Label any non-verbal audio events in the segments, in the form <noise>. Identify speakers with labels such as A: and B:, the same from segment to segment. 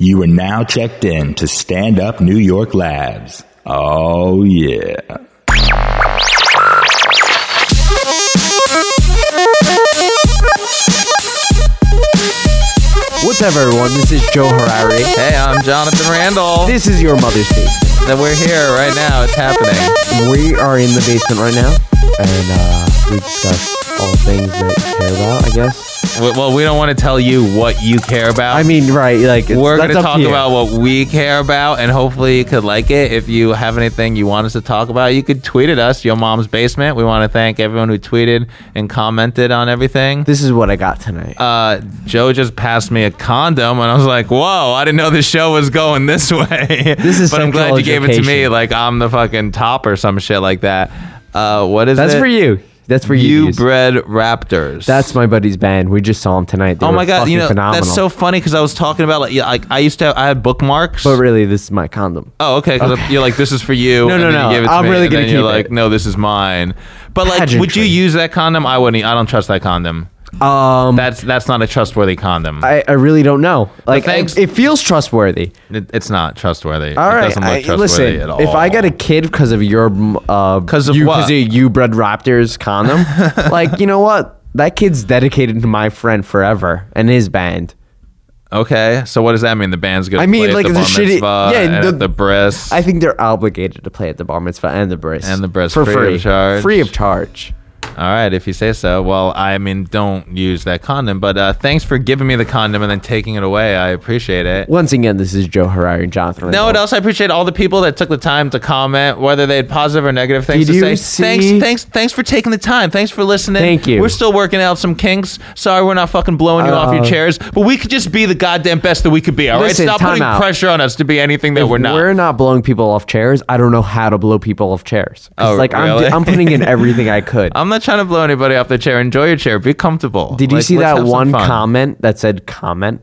A: You are now checked in to Stand Up New York Labs. Oh, yeah.
B: What's up, everyone? This is Joe Harari.
C: Hey, I'm Jonathan Randall.
B: This is your mother's basement.
C: That we're here right now. It's happening.
B: We are in the basement right now, and uh, we discuss all things that you care about. I guess.
C: W- Well, we don't want to tell you what you care about.
B: I mean, right? Like it's-
C: we're going
B: that's
C: to
B: up
C: talk
B: you.
C: about what we care about, and hopefully you could like it. If you have anything you want us to talk about, you could tweet at us, Your Mom's Basement. We want to thank everyone who tweeted and commented on everything.
B: This is what I got tonight.
C: Uh, Joe just passed me a condom, and I was like, "Whoa! I didn't know the show was going this <laughs> way."
B: This is
C: but I'm glad you gave it to me.
B: psychologication.
C: Like I'm the fucking top or some shit like that. Uh, what is
B: that's
C: it?
B: for you. That's for you. to
C: You
B: use.
C: bred raptors.
B: that's my buddy's band. We just saw him tonight. They
C: oh
B: were
C: my god. You
B: fucking
C: know
B: phenomenal.
C: that's so funny because I was talking about like yeah, like I used to have, I had bookmarks.
B: But really, this is my condom.
C: oh okay. Because you're like this is for you.
B: No,
C: and
B: no,
C: then you
B: no,
C: gave it to
B: I'm
C: me,
B: really
C: and
B: gonna
C: then you're
B: keep
C: like
B: it.
C: no, this is mine. But like, would
B: Pageantry.
C: you use that condom? I wouldn't. I don't trust that condom.
B: Um,
C: That's that's not a trustworthy condom.
B: I, I really don't know. Like,
C: thanks-
B: it, it feels trustworthy.
C: It, it's not trustworthy.
B: All
C: it
B: right,
C: doesn't look
B: I-
C: trustworthy
B: listen.
C: at all.
B: If I got a kid because of your uh,
C: 'Cause of
B: you,
C: what?
B: of you bred raptors
C: <laughs>
B: condom, like you know what, that kid's dedicated to my friend forever and his band.
C: okay, so what does that mean? The band's gonna
B: I mean,
C: play
B: like,
C: at the,
B: the
C: bar
B: shitty-
C: mitzvah
B: yeah,
C: and at
B: the-
C: the, breast.
B: I think they're obligated to play at the bar mitzvah and the bris
C: And the bris
B: for
C: free of
B: free,
C: charge.
B: free of charge.
C: all right, if you say so. Well, I mean, don't use that condom. But uh, thanks for giving me the condom and then taking it away. I appreciate it.
B: Once again, this is Joe Harari and Jonathan.
C: No,
B: Randall.
C: and also I appreciate all the people that took the time to comment, whether they had positive or negative things
B: Did
C: to
B: you
C: say.
B: see-
C: Thanks, thanks, thanks for taking the time. Thanks for listening.
B: Thank you.
C: We're still working out some kinks. Sorry, we're not fucking blowing you off your
B: Uh,
C: chairs, but we could just be the goddamn best that we could be. All right,
B: Listen,
C: stop
B: time
C: putting
B: out.
C: pressure on us to be anything that
B: If
C: we're not.
B: We're not blowing people off chairs. I don't know how to blow people off chairs. 'Cause,
C: Oh,
B: like
C: really?
B: I'm, I'm putting
C: <laughs>
B: in everything I could.
C: I'm not trying to blow anybody off their chair. Enjoy your chair. Be comfortable.
B: Did you
C: Like,
B: see
C: let's
B: that
C: have some
B: one
C: fun.
B: comment that said comment?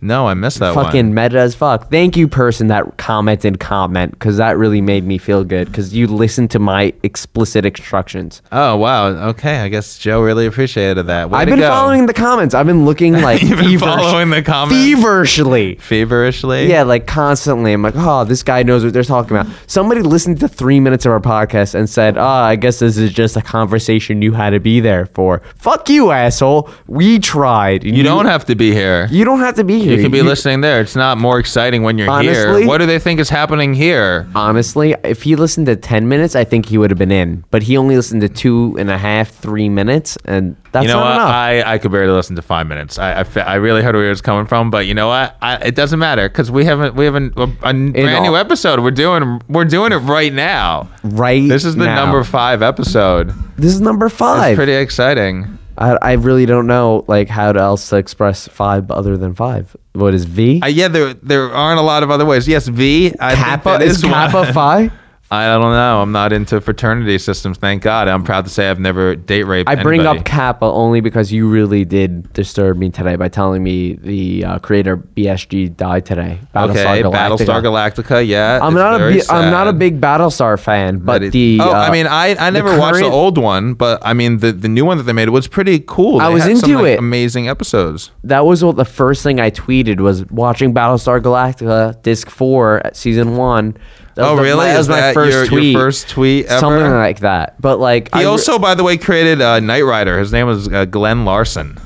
C: No, I missed that
B: fucking
C: one.
B: meta as fuck. Thank you, person that commented comment, because that really made me feel good. Because you listened to my explicit instructions.
C: Oh wow. Okay. I guess Joe really appreciated that. Way
B: I've
C: to
B: been
C: go.
B: following the comments. I've been looking like
C: <laughs> You've been
B: feverish-
C: following the comments?
B: feverishly.
C: feverishly.
B: Yeah, like constantly. I'm like, oh, this guy knows what they're talking about. Somebody listened to three minutes of our podcast and said, oh, I guess this is just a conversation you had to be there for. Fuck you, asshole. We tried.
C: You don't have to be here.
B: You don't have to be here.
C: You could be listening there. It's not more exciting when you're
B: Honestly-
C: here. What do they think is happening here?
B: Honestly, if he listened to 10 minutes, I think he would have been in. But he only listened to two and a half, three minutes, and that's
C: You know
B: not
C: what?
B: enough.
C: I, I could barely listen to five minutes. I, I, fe- I really heard where it was coming from, but you know what? I, it doesn't matter because we haven't we haven't a, a brand
B: all-
C: new episode. We're doing we're doing it right now.
B: right
C: This is the
B: now.
C: number five episode.
B: This is number
C: It's
B: five.
C: pretty exciting.
B: I, I really don't know like how to else to express five other than five. What is V?
C: Uh, yeah, there there aren't a lot of other ways. Yes, V. I think
B: Kappa
C: that
B: is <laughs>
C: one.
B: Kappa Phi.
C: <laughs> I don't know. I'm not into fraternity systems. Thank God. I'm proud to say I've never date raped.
B: I bring
C: anybody.
B: up Kappa only because you really did disturb me today by telling me the uh, creator BSG died today.
C: okay, Battlestar Galactica. Yeah,
B: I'm
C: it's
B: not a
C: very
B: bi- I'm not a
C: sad.
B: big Battlestar fan, but,
C: But it-
B: the
C: oh,
B: uh,
C: I mean, I, I
B: the
C: never watched the
B: current-
C: old one, but I mean, the, the new one that they made was pretty cool.
B: I
C: They
B: was
C: had some,
B: into
C: like,
B: it.
C: Amazing episodes.
B: that was what the first thing I tweeted was watching Battlestar Galactica Disc Four at Season One. That
C: Oh,
B: was the-
C: really?
B: That
C: Is
B: was my
C: that
B: first
C: your- your
B: tweet.
C: first tweet ever?
B: Something like that. But like,
C: He
B: I re-
C: also, by the way, created uh, Knight Rider. His name was uh, Glenn Larson.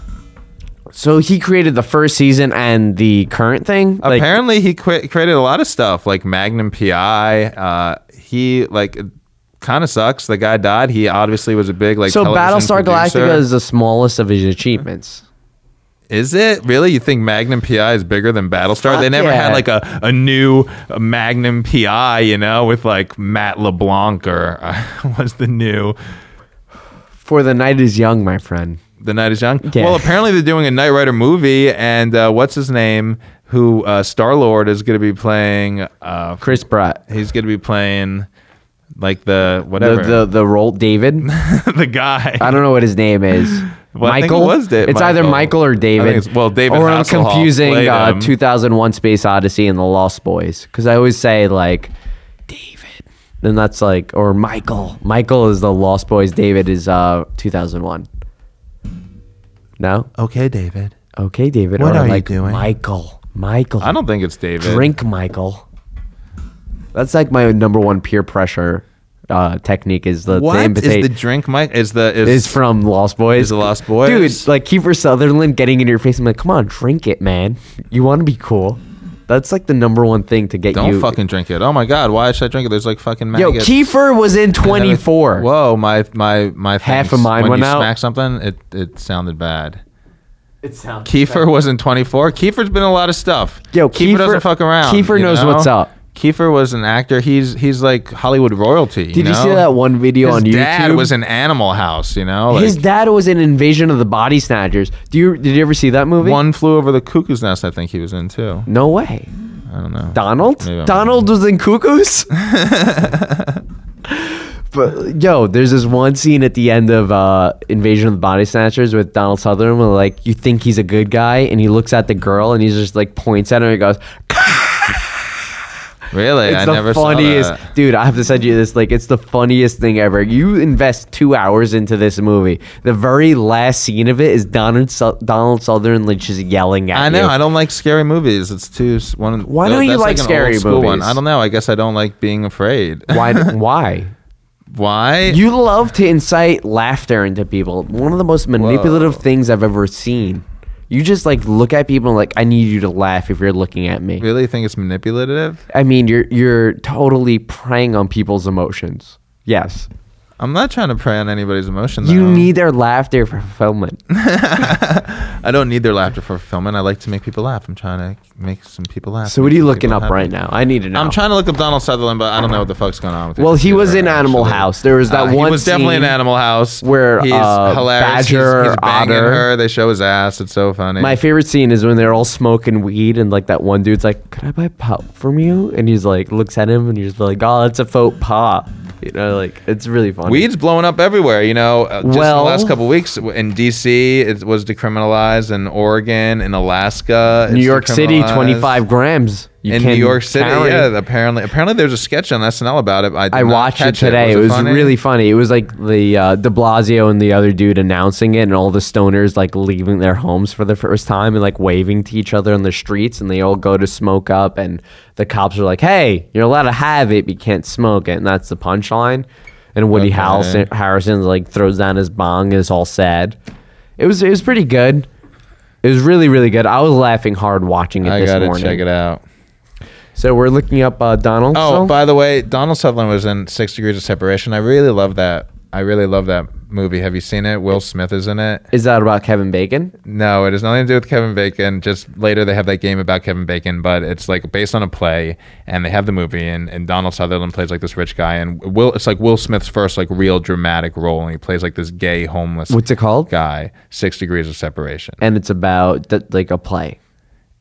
B: so he created the first season and the current thing. Like,
C: Apparently, he cre- created a lot of stuff like Magnum PI. Uh, he like kind of sucks. The guy died. He obviously was a big like.
B: so
C: television
B: Battlestar
C: producer.
B: Galactica is the smallest of his achievements.
C: Is it really? You think Magnum PI is bigger than Battlestar?
B: Fuck
C: they never
B: yeah.
C: had like a, a new Magnum PI, you know, with like Matt LeBlanc or uh, <laughs> was the new
B: For the night is young, my friend.
C: The Night is Young.
B: Yeah.
C: Well, apparently they're doing a Knight Rider movie, and uh, what's his name? Who uh, Star Lord is going to be playing? Uh,
B: Chris Pratt.
C: he's going to be playing like the
B: The,
C: whatever
B: the the role David.
C: <laughs> the, guy.
B: I don't know what his name is.
C: <gasps> Well, I think
B: Michael.
C: it was Da-
B: it's either
C: Michael.
B: Michael or
C: I
B: David.
C: think it's- well, David
B: Or I'm
C: Hasselhoff
B: confusing
C: played
B: uh,
C: him.
B: 2001: Space Odyssey and The Lost Boys because I always say like David, then that's like or Michael. Michael is The Lost Boys. David is uh 2001. No.
C: okay, David.
B: Okay, David.
C: What
B: or
C: Oh. are you
B: like
C: doing?
B: Michael. Michael.
C: I don't think it's David.
B: drink, Michael. That's like my number one peer pressure uh, technique is the,
C: What
B: the
C: is
B: invitation.
C: the drink, Mike? Is the is,
B: is from Lost Boys.
C: Is the Lost Boys?
B: Dude, like Kiefer Sutherland getting in your face. I'm like, come on, drink it, man. You want to be cool. That's like the number one thing to get
C: Don't
B: you.
C: fucking drink it. Oh my god, why should I drink it? There's like fucking
B: Yo,
C: maggots.
B: Kiefer was in
C: And then it-
B: 24.
C: Whoa, my my my
B: Half
C: things-
B: of mine
C: when
B: went
C: you
B: out.
C: Smack something. It it sounded bad.
B: It sounds
C: Kiefer was in 24. Kiefer's been in a lot of stuff.
B: Yo, Kiefer-
C: doesn't fuck around.
B: Kiefer
C: you
B: knows what's up.
C: Kiefer was an actor. He's he's like Hollywood royalty.
B: Did you see that one video
C: His
B: on YouTube?
C: dad was in Animal House. You know, like
B: His dad was in Invasion of the Body Snatchers. Do you did you ever see that movie?
C: one flew over the cuckoo's nest. I think he was in too.
B: No way.
C: I don't know.
B: Donald?
C: Maybe I'm-
B: Donald was in
C: <laughs>
B: Cuckoos? but yo, there's this one scene at the end of uh, Invasion of the Body Snatchers with Donald Sutherland where like you think he's a good guy and he looks at the girl and he just like points at her and he goes,
C: Really,
B: It's
C: I
B: the
C: never
B: funniest
C: saw that.
B: dude, I have to send you this, like it's the funniest thing ever. You invest two hours into this movie. The very last scene of it is Donald Su- Donald Sutherland like just yelling at
C: I know.
B: you.
C: I don't like scary movies. It's too s- one.
B: Why don't you
C: that's
B: like
C: an
B: scary
C: old school
B: movies?
C: I don't know. I guess I don't like being afraid.
B: why why?
C: <laughs> Why?
B: You love to incite laughter into people. One of the most manipulative
C: Whoa.
B: things I've ever seen. You just like look at people and like I need you to laugh if you're looking at me.
C: really think it's manipulative?
B: I mean, you're you're totally preying on people's emotions. Yes.
C: I'm not trying to prey on anybody's emotion.
B: You
C: though.
B: need their laughter for fulfillment.
C: I don't need their laughter for fulfillment. I like to make people laugh. I'm trying to make some people laugh.
B: So what are
C: make <laughs>
B: you
C: some
B: looking
C: people
B: up
C: happy.
B: right now? I need to know.
C: I'm trying to look up Donald Sutherland, but I don't know what the fuck's going on with it.
B: Well, he was in Animal House. There was that
C: Uh, He
B: one
C: was definitely in
B: scene
C: Animal House
B: where,
C: he's
B: uh,
C: hilarious.
B: Badger
C: he's, he's
B: or
C: banging
B: Otter-
C: her. They show his ass. It's so funny.
B: My favorite scene is when they're all smoking weed and like that one dude's like, "Could I buy pop from you?" And he's like, looks at him and he's like, "Oh, it's a faux pas." You know, like it's really funny.
C: Weed's blowing up everywhere, you know. uh, Just
B: Well-
C: in the last couple weeks in D.C., it was decriminalized. In Oregon, in Alaska,
B: New
C: it's
B: York City,
C: decriminalized.
B: twenty-five grams. You
C: in
B: can
C: New York City.
B: carry.
C: Yeah, apparently, apparently there's a sketch on SNL about it. I, did
B: I
C: not
B: watched it
C: catch
B: today. It was,
C: funny?
B: really funny. It was like the uh, De Blasio and the other dude announcing it, and all the stoners like leaving their homes for the first time and like waving to each other on the streets, and they all go to smoke up, and the cops are like, "Hey, you're allowed to have it, but you can't smoke it," and that's the punchline. And Woody
C: Okay.
B: Harrelson, Harrison like throws down his bong and is all sad. It was it was pretty good. It was really really good. I was laughing hard watching it
C: I
B: this
C: gotta
B: morning.
C: check it out.
B: So we're looking up uh, Donald.
C: Oh,
B: still?
C: by the way, Donald Sutherland was in Six Degrees of Separation. I really love that. I really love that movie. Have you seen it? Will Smith is in it.
B: is that about Kevin Bacon?
C: No, it has nothing to do with Kevin Bacon. Just later they have that game about Kevin Bacon, but it's like based on a play, and they have the movie, and, and Donald Sutherland plays like this rich guy, and Will it's like Will Smith's first like real dramatic role, and he plays like this gay homeless
B: What's it called?
C: guy. Six Degrees of Separation.
B: and it's about th- like a play.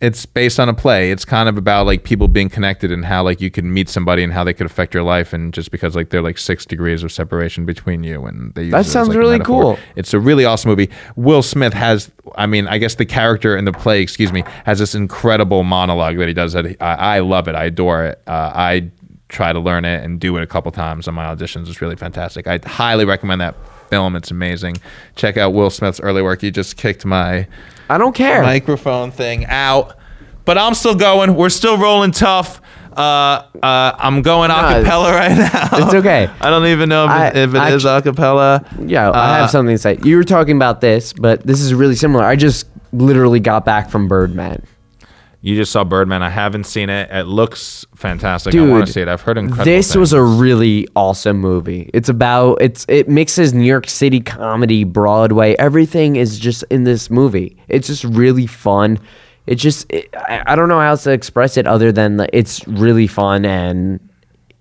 C: it's based on a play. It's kind of about like people being connected and how like you could meet somebody and how they could affect your life and just because like they're like six degrees of separation between you and they use
B: That
C: it as,
B: sounds
C: like, a
B: really
C: metaphor.
B: cool.
C: It's a really awesome movie. Will Smith has, I mean, I guess the character in the play, excuse me, has this incredible monologue that he does that he, I, I love it. I adore it. Uh, I try to learn it and do it a couple times on my auditions. It's really fantastic. I highly recommend that film. It's amazing. Check out Will Smith's early work. You just kicked my
B: I don't care.
C: microphone thing out. But I'm still going. We're still rolling tough. Uh, uh, I'm going a acapella right now.
B: It's okay.
C: <laughs> I don't even know if,
B: I-
C: it- if it is
B: I-
C: acapella.
B: yeah, I
C: Uh,
B: have something to say. You were talking about this, but this is really similar. I just literally got back from Birdman.
C: You just saw Birdman. I haven't seen it. It looks fantastic. I
B: Dude,
C: want to see it. I've heard incredible.
B: This was
C: things.
B: a really awesome movie. It's about it's it mixes New York City comedy, Broadway, everything is just in this movie. It's just really fun. It just it, I, I don't know how else to express it other than the, it's really fun and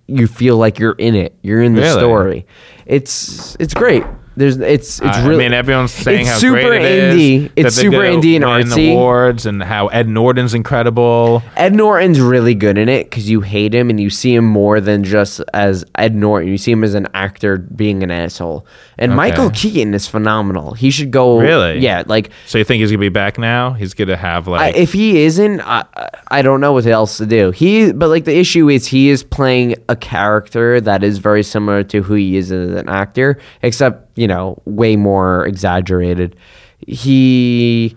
B: you feel like you're in it. You're in the
C: Really?
B: story. It's it's great. There's it's it's
C: I-
B: really
C: I mean, everyone's saying
B: it's
C: how
B: super
C: great it
B: indie.
C: is, that
B: It's
C: they
B: super
C: did
B: indie and
C: win
B: artsy.
C: awards and how Ed Norton's incredible.
B: Ed Norton's really good in it because you hate him and you see him more than just as Ed Norton. You see him as an actor being an asshole. And Michael Keaton is phenomenal. He should go.
C: Really?
B: Yeah. Like,
C: So you think he's gonna be back now? He's gonna have
B: I,
C: like
B: if he isn't, I, I don't know what else to do. He, but like the issue is he is playing a character that is very similar to who he is as an actor, except you know, way more exaggerated. He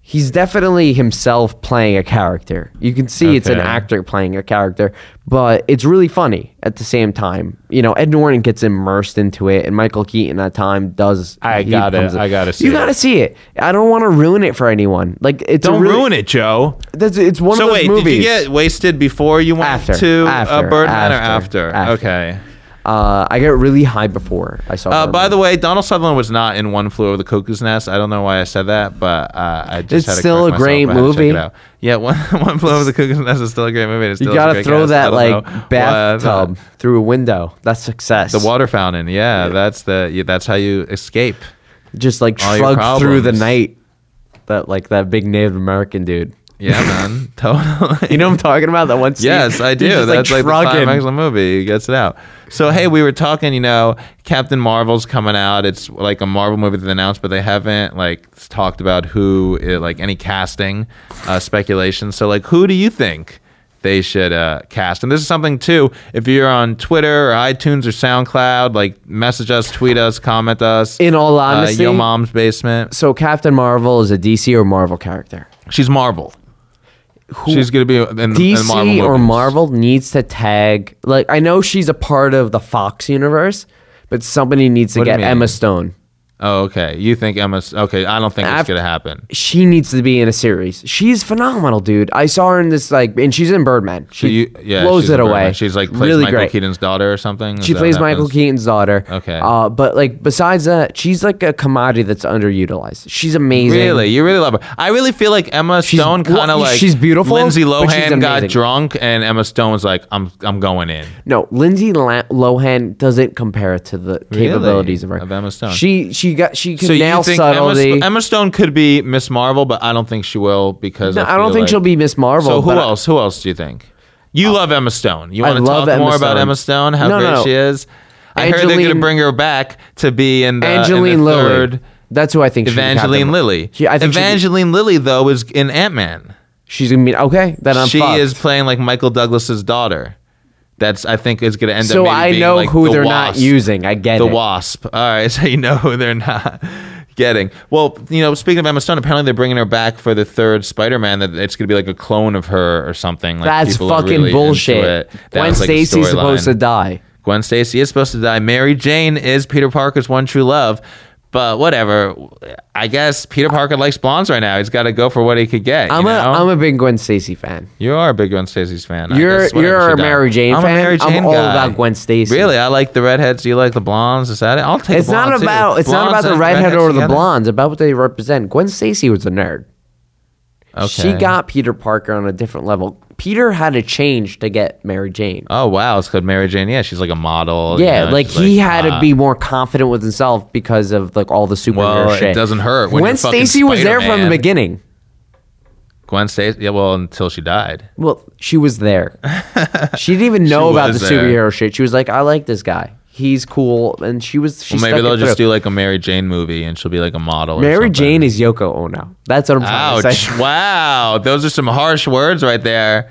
B: he's definitely himself playing a character. You can see it's an
C: Okay.
B: actor playing a character, but it's really funny at the same time. You know, Ed Norton gets immersed into it, and Michael Keaton at time does.
C: I
B: he
C: gotta-
B: becomes a-
C: I gotta see
B: You
C: it.
B: gotta see it. I don't want to ruin it for anyone. Like it's
C: Don't ruin it, Joe.
B: That's, it's one of
C: So
B: those
C: wait,
B: movies.
C: did you get wasted before you went
B: After,
C: to
B: after,
C: uh, Birdman
B: after,
C: or after?
B: after.
C: Okay.
B: Uh, I got really high before I saw.
C: Uh, by
B: Birdman.
C: the way, Donald Sutherland was not in One Flew Over the Cuckoo's Nest. I don't know why I said that, but uh, I just
B: It's
C: had to
B: still
C: correct
B: a great
C: myself. I had to check
B: movie.
C: it out. Yeah, <laughs> One, One Flew Over the Cuckoo's Nest is still a great movie. and It still
B: you
C: has
B: gotta
C: a great
B: throw
C: cast. I
B: that
C: don't
B: like
C: know why I thought-
B: bathtub through a window. That's success.
C: the water fountain. Yeah, that's the yeah, that's how you escape.
B: just like
C: all your
B: shrugged through the
C: problems.
B: night. That like that big Native American
C: <laughs>
B: dude.
C: Yeah,
B: <laughs>
C: man, totally.
B: You know what I'm talking about? That one scene.
C: Yes,
B: <laughs>
C: I
B: He's
C: do.
B: just,
C: That's like, the
B: shrugging.
C: climax of the movie. He gets it out. So hey, we were talking. You know, Captain Marvel's coming out. It's like a Marvel movie that they announced, but they haven't like talked about who, eh, like any casting uh, speculation. So like, who do you think? They should uh, cast, and this is something too. If you're on Twitter or iTunes or SoundCloud, like message us, tweet us, comment us.
B: In all
C: Uh,
B: honesty,
C: yo mom's basement.
B: so Captain Marvel is a DC or Marvel character.
C: She's Marvel. She's gonna be in, in
B: DC
C: Marvel
B: or
C: movies.
B: Marvel needs to tag. Like I know she's a part of the Fox universe, but somebody needs to
C: What do you
B: get
C: mean?
B: Emma Stone.
C: Oh, okay. You think Emma's okay? I don't think
B: Af-
C: it's gonna happen.
B: She needs to be in a series. She's phenomenal, dude. I saw her in this like, and she's in Birdman. She
C: So you, yeah,
B: blows
C: she's
B: it
C: a
B: away.
C: Birdman. She's like plays
B: really
C: Michael
B: great.
C: Keaton's daughter or something. Is
B: She
C: that
B: plays
C: what
B: Michael
C: happens?
B: Keaton's daughter.
C: Okay.
B: Uh, but like besides that, she's like a commodity that's underutilized. She's amazing.
C: Really, you really love her. I really feel like Emma Stone kind
B: well,
C: of like
B: she's beautiful,
C: Lindsay
B: but she's
C: Lohan got
B: amazing.
C: drunk, and Emma Stone was like, "I'm I'm going in."
B: No, Lindsay La- Lohan doesn't compare to the capabilities of her.
C: Of Emma Stone.
B: She she got she can
C: So
B: nail
C: you think Emma,
B: subtlety.
C: St- Emma Stone could be Miss Marvel, but I don't think she will because
B: No,
C: I,
B: I don't
C: feel
B: think
C: like-
B: she'll be Miss Marvel.
C: So who
B: but I- Uh,
C: else? Who else do you think? You love Emma Stone. You
B: I
C: want to
B: love
C: talk
B: Emma
C: more about
B: Stone.
C: Emma Stone? How
B: No,
C: great
B: no.
C: she is. I heard they're going to
B: Angeline-
C: bring her back to be in the, Uh, in the
B: Angeline
C: third
B: Lilly. That's who I think. should be
C: Evangeline
B: Captain-
C: Lilly.
B: She, I think she'd be-
C: Evangeline Lilly though is in Ant Man.
B: She's gonna be okay. Then I'm
C: She
B: fucked.
C: is playing like Michael Douglas's daughter. That's I think is going to end up.
B: So
C: maybe
B: I
C: being,
B: know
C: like,
B: who
C: the
B: they're not
C: Wasp.
B: using. I get
C: The
B: it.
C: Wasp. All right, <laughs> so you know who they're not getting. Well, you know, speaking of Emma Stone, apparently they're bringing her back for the third Spider-Man. That it's going to be like a clone of her or something. Like
B: That's
C: people are
B: fucking
C: really into
B: bullshit.
C: it. That
B: Gwen
C: was, like, the
B: Stacy's supposed to
C: storyline.
B: die.
C: Gwen Stacy is supposed to die. Mary Jane is Peter Parker's one true love. But whatever. I guess Peter Parker likes blondes right now. He's got to go for what he could get.
B: I'm
C: you
B: a
C: know?
B: am a big Gwen Stacy fan.
C: You are a big Gwen Stacy's fan. I
B: You're-
C: guess, whatever,
B: you're
C: she
B: a
C: died.
B: Mary Jane
C: I'm
B: fan?
C: A Mary
B: I'm
C: Jane
B: all
C: guy.
B: about Gwen Stacy.
C: Really, I like the redheads. You like the blondes? Is that it? I'll take.
B: It's
C: the blonde,
B: not
C: too.
B: about it's not
C: Blondes
B: about the
C: and
B: redhead
C: redheads
B: or the
C: together?
B: blondes. About what they represent. Gwen Stacy was a nerd. She
C: Okay.
B: got Peter Parker on a different level. Peter had to change to get Mary Jane.
C: Oh wow, it's called Mary Jane. Yeah, she's like a model. you
B: yeah,
C: know,
B: like
C: she's
B: he had
C: ah.
B: to be more confident with himself because of like all the superhero
C: Well, it
B: shit.
C: doesn't hurt when
B: Gwen
C: you're fucking
B: Stacy was there from the
C: Spider-Man.
B: beginning.
C: Gwen Stacy. Yeah, well, until she died.
B: Well, she was
C: <laughs>
B: there. she didn't even know about the
C: was there.
B: superhero shit. She was like, "I like this guy. He's cool." And she was. She
C: Well, maybe
B: stuck
C: they'll
B: it
C: just
B: through.
C: do like a Mary Jane movie, and she'll be like a model. or
B: Mary
C: something.
B: Jane is Yoko Ono. That's what I'm trying <laughs> to
C: Ouch!
B: say.
C: wow, those are some harsh words right there.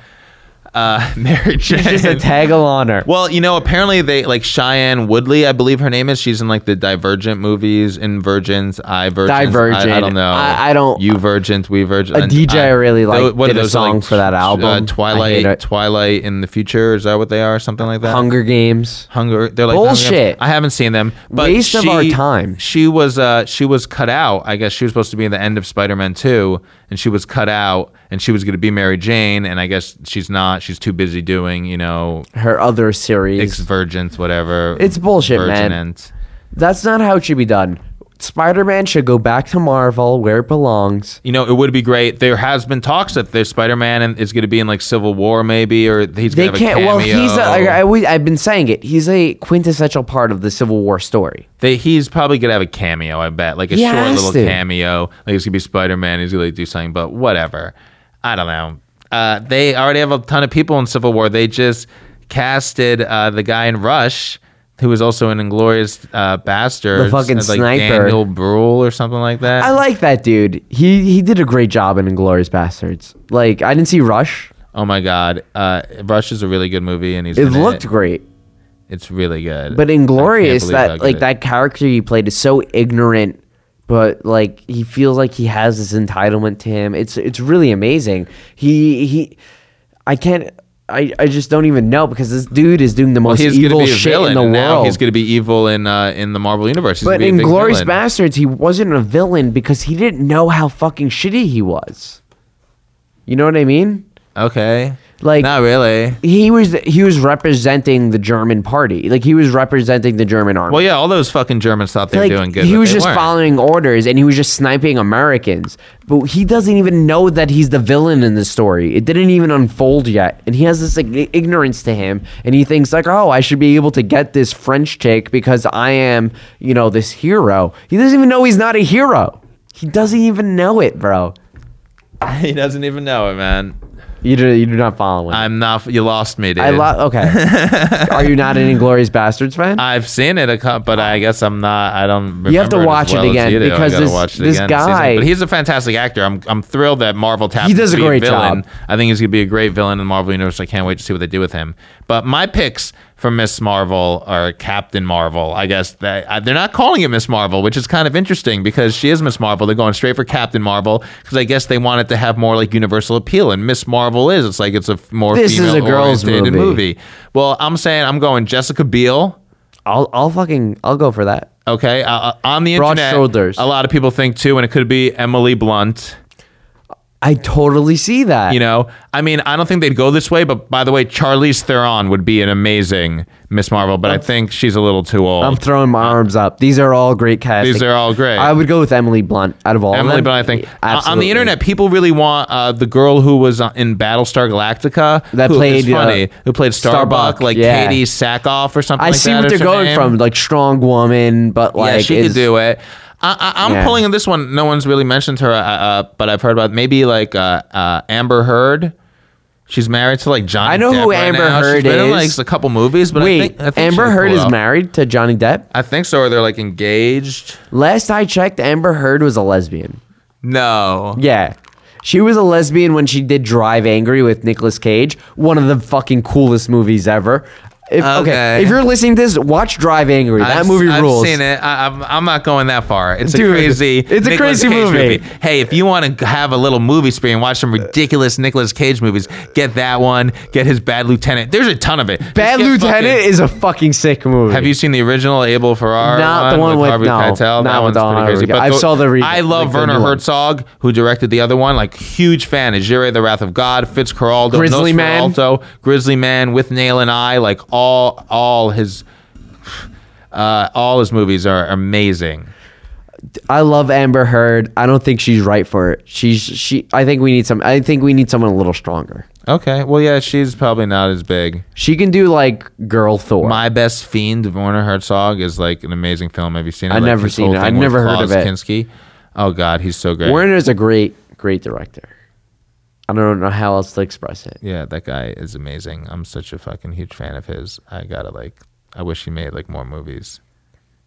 C: Uh, <laughs> Mary Jane.
B: Just a tag along her.
C: Well, you know, apparently they like Cheyenne Woodley, I believe her name is. She's in like the Divergent movies, Invergent, I Virgin.
B: Divergent.
C: I, I don't know.
B: I- I don't-
C: You Virgent, We Virgin.
B: A
C: and
B: DJ I really
C: tho-
B: liked did a song for that album. I
C: Uh,
B: hate
C: Twilight,
B: it.
C: Twilight in the future. Is that what they are? Something like that.
B: Hunger Games.
C: Hunger. They're like Hunger Games.
B: Bullshit.
C: I haven't seen them. But
B: Waste of
C: she-
B: our time.
C: She was uh she was cut out. I guess she was supposed to be in the end of Spider Man two, and she was cut out, and she was going to be Mary Jane, and I guess she's not. She's too busy doing you know
B: Her other series.
C: ex virgins, whatever.
B: It's bullshit, man.
C: Virginant.
B: That's not how it should be done. Spider-Man should go back to Marvel where it belongs.
C: You know, it would be great. There has been talks that there's Spider Man is going to be in like Civil War, maybe, or he's
B: They
C: going to have
B: can't.
C: a cameo.
B: Well, he's. A, I, I, always- I've been saying it. He's a quintessential part of the Civil War story.
C: They- he's probably going to have a cameo. I bet, like a
B: He
C: short
B: has
C: little
B: to.
C: cameo. Like he's going to be Spider Man. He's going to do something, but whatever. I don't know. Uh, they already have a ton of people in Civil War. They just casted uh, the guy in Rush. Who was also in Inglorious uh, Bastards?
B: The fucking
C: as, like
B: sniper.
C: Daniel Brule or something like that.
B: I like that dude. He he did a great job in Inglorious Bastards. Like I didn't see Rush.
C: Oh my God, uh, Rush is a really good movie, and he's
B: It
C: in
B: looked great,
C: It's really good,
B: but
C: I can't
B: Inglorious
C: believe how
B: that
C: good
B: like
C: it-
B: that character he played is so ignorant but like he feels like he has this entitlement to him. It's it's really amazing. He he, I can't. I, I just don't even know because this dude is doing the most
C: he's
B: evil
C: gonna be a
B: shit
C: villain.
B: in the
C: and
B: world.
C: now he's gonna be evil in uh, in the Marvel universe. He's
B: but
C: gonna be a
B: in
C: big
B: Glorious
C: villain.
B: Bastards, he wasn't a villain because he didn't know how fucking shitty he was. You know what I mean?
C: Okay.
B: Like-
C: not really.
B: He was he was representing the German party. Like he was representing the German army.
C: Well, yeah, all those fucking Germans thought they were
B: like
C: doing good.
B: he
C: but
B: was
C: they
B: just
C: weren't.
B: following orders and he was just sniping Americans. But he doesn't even know that he's the villain in the story. It didn't even unfold yet, and he has this like, ignorance to him, and he thinks like, "Oh, I should be able to get this French chick because I am, you know, this hero." He doesn't even know he's not a hero. He doesn't even know it, bro.
C: <laughs> he doesn't even know it, man.
B: You do, you do not follow him.
C: I'm not. You lost me, dude.
B: I love. Okay,
C: <laughs>
B: are you not an Inglorious Bastards fan?
C: I've seen it a couple, but I guess I'm not. I don't. Remember
B: You have to
C: it as
B: watch it
C: well as
B: again
C: you do. I
B: because
C: gotta
B: this-
C: watch it
B: this
C: again season-
B: guy-
C: But he's a fantastic actor. I'm I'm thrilled that Marvel tapped.
B: He
C: him
B: does
C: to
B: a
C: be
B: great
C: villain.
B: job.
C: I think he's gonna be a great villain in the Marvel universe. I can't wait to see what they do with him. But my picks for Miss Marvel are Captain Marvel. I guess that I, they're not calling it Miss Marvel, which is kind of interesting because she is Miss Marvel. They're going straight for Captain Marvel because I guess they wanted to have more like universal appeal, and Miss Marvel is. It's like it's a f- more
B: This is a girls'
C: female-oriented
B: movie.
C: movie. Well, I'm saying I'm going Jessica Biel.
B: I'll I'll fucking I'll go for that.
C: Okay, uh, uh, on the
B: Broad
C: internet,
B: shoulders.
C: a lot of people think too, and it could be Emily Blunt.
B: I totally see that.
C: You know, I mean, I don't think they'd go this way, but by the way, Charlize Theron would be an amazing Miss Marvel, but I think she's a little too old.
B: I'm throwing my arms up. These are all great casting.
C: These are all great.
B: I would go with Emily Blunt out of all.
C: Emily
B: of them.
C: Blunt, I think. Uh, On
B: Absolutely.
C: the internet, people really want uh, the girl who was uh, in Battlestar Galactica
B: That
C: who is
B: played, uh,
C: funny, who played Starbuck,
B: Starbuck,
C: like
B: yeah.
C: Katie Sackhoff or something.
B: I
C: like
B: see
C: that
B: what
C: is
B: they're
C: her
B: going
C: name.
B: from, like strong woman, but like
C: yeah, she
B: is,
C: could do it. I, I, I'm
B: Yeah.
C: pulling on this one. No one's really mentioned her, uh, uh, but I've heard about maybe like uh, uh, Amber Heard. She's married to like Johnny.
B: I know
C: Depp
B: who
C: right
B: Amber
C: now. She's
B: Heard
C: been in,
B: is.
C: like a couple movies, but
B: Wait,
C: I think, I think
B: Amber
C: she'd
B: Heard
C: pull
B: is
C: out.
B: married to Johnny Depp.
C: I think so. Or they're like engaged.
B: Last I checked, Amber Heard was a lesbian.
C: No.
B: Yeah. She was a lesbian when she did Drive Angry with Nicolas Cage, one of the fucking coolest movies ever. If, okay.
C: Okay.
B: if you're listening to this, watch Drive Angry. That
C: I've-
B: movie
C: I've
B: rules.
C: seen it. I, I'm, I'm not going that far. It's
B: Dude,
C: a crazy.
B: it's a
C: Nicolas
B: crazy
C: Cage
B: movie.
C: Hey, if you want to have a little movie spree and watch some ridiculous Nicolas Cage movies, get that one. Get his Bad Lieutenant. There's a ton of it. Just
B: Bad
C: get
B: Lieutenant
C: fucking-
B: is a fucking sick movie.
C: Have you seen the original Abel Ferrara?
B: Not the one with-
C: Harvey
B: no, not
C: Keitel. That
B: with
C: one's
B: the
C: pretty
B: Harvey
C: crazy.
B: Keitel. I saw the re-
C: I love
B: like, the
C: Werner
B: new one.
C: Herzog, who directed the other one. Like huge fan. Is Jure the Wrath of God, Fitzcarraldo,
B: Grizzly Man.
C: Nosferalto, Grizzly Man with Nail and Eye. Like all, all his, uh, all his movies are amazing.
B: I love Amber Heard. I don't think she's right for it. She's she. I think we need some. I think we need someone a little stronger.
C: Okay, well, yeah, she's probably not as big.
B: She can do like girl Thor.
C: My Best Fiend of Werner Herzog is like an amazing film. Have you seen it?
B: I've
C: Like,
B: never
C: his
B: seen
C: whole
B: it. I've
C: thing with
B: never heard
C: Klaus
B: of it.
C: Kinski. Oh God, he's so great.
B: Werner's a great, great director. I don't know how else to express it.
C: Yeah, that guy is amazing. I'm such a fucking huge fan of his. I gotta like. I wish he made like more movies.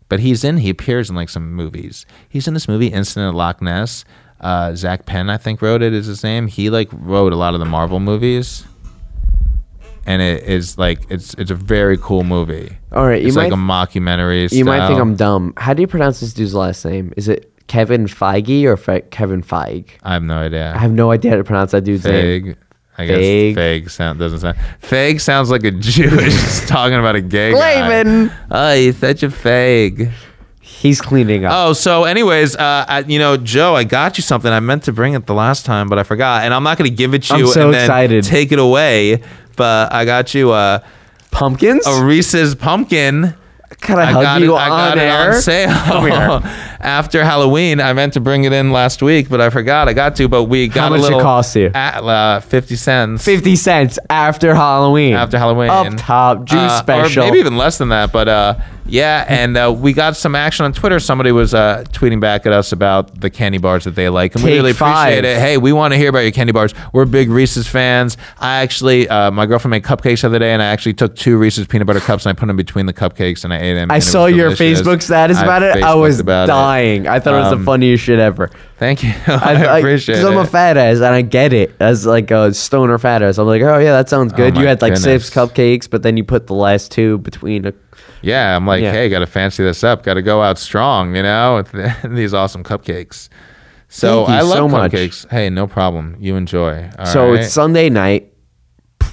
C: But he's in. He appears in like some movies. He's in this movie, Incident at Loch Ness. Uh, Zach Penn, I think, wrote it. Is his name? He like wrote a lot of the Marvel movies. And it is like it's it's a very cool movie.
B: All right, you
C: it's like
B: might-
C: a mockumentary.
B: You might think
C: style.
B: I'm dumb. How do you pronounce this dude's last name? Is it Kevin Feige or Fe- Kevin Feige?
C: I have no idea.
B: I have no idea how to pronounce that dude's name.
C: Fag. I guess
B: Fag.
C: fag sound doesn't sound. Fag sounds like a <laughs> Jewish talking about a gay
B: Glavin.
C: guy. Oh, he's such a fag.
B: He's cleaning up.
C: Oh, so anyways, uh, I, you know, Joe, I got you something. I meant to bring it the last time, but I forgot, and I'm not going to give it to
B: I'm
C: you.
B: so
C: and then
B: excited.
C: Take it away. But I got you uh,
B: Pumpkins?
C: a Reese's pumpkin.
B: Can I,
C: I
B: hug
C: got,
B: you on
C: it, I got it
B: air?
C: on sale
B: Come here.
C: <laughs> after Halloween. I meant to bring it in last week, but I forgot. I got to, but we got
B: much it
C: a little
B: cost you?
C: at uh, fifty cents.
B: 50 cents after Halloween.
C: after Halloween.
B: Up top, juice
C: Uh,
B: special.
C: Or maybe even less than that. But uh,
B: <laughs>
C: yeah, and uh, we got some action on Twitter. Somebody was uh, tweeting back at us about the candy bars that they like. And we
B: Take
C: really
B: five.
C: appreciate it. Hey, we want to hear about your candy bars. We're big Reese's fans. I actually, uh, my girlfriend made cupcakes the other day, and I actually took two Reese's peanut butter cups and I put them between the cupcakes and I ate them.
B: I saw your Facebook status about it. I was dying. I thought it was the
C: Um,
B: funniest shit ever.
C: Thank you. <laughs> I, appreciate
B: Because
C: it.
B: I'm a fat ass and I get it as like a stoner fat ass. I'm like, oh yeah, that sounds good.
C: my
B: you had like six
C: goodness.
B: cupcakes, but then you put the last two between a
C: Yeah, I'm like,
B: Yeah.
C: hey, got to fancy this up. Got to go out strong, you know, <laughs> with these awesome cupcakes. So
B: Thank you
C: I love
B: so much.
C: cupcakes. Hey, no problem. You enjoy. All
B: so
C: right?
B: it's Sunday night p-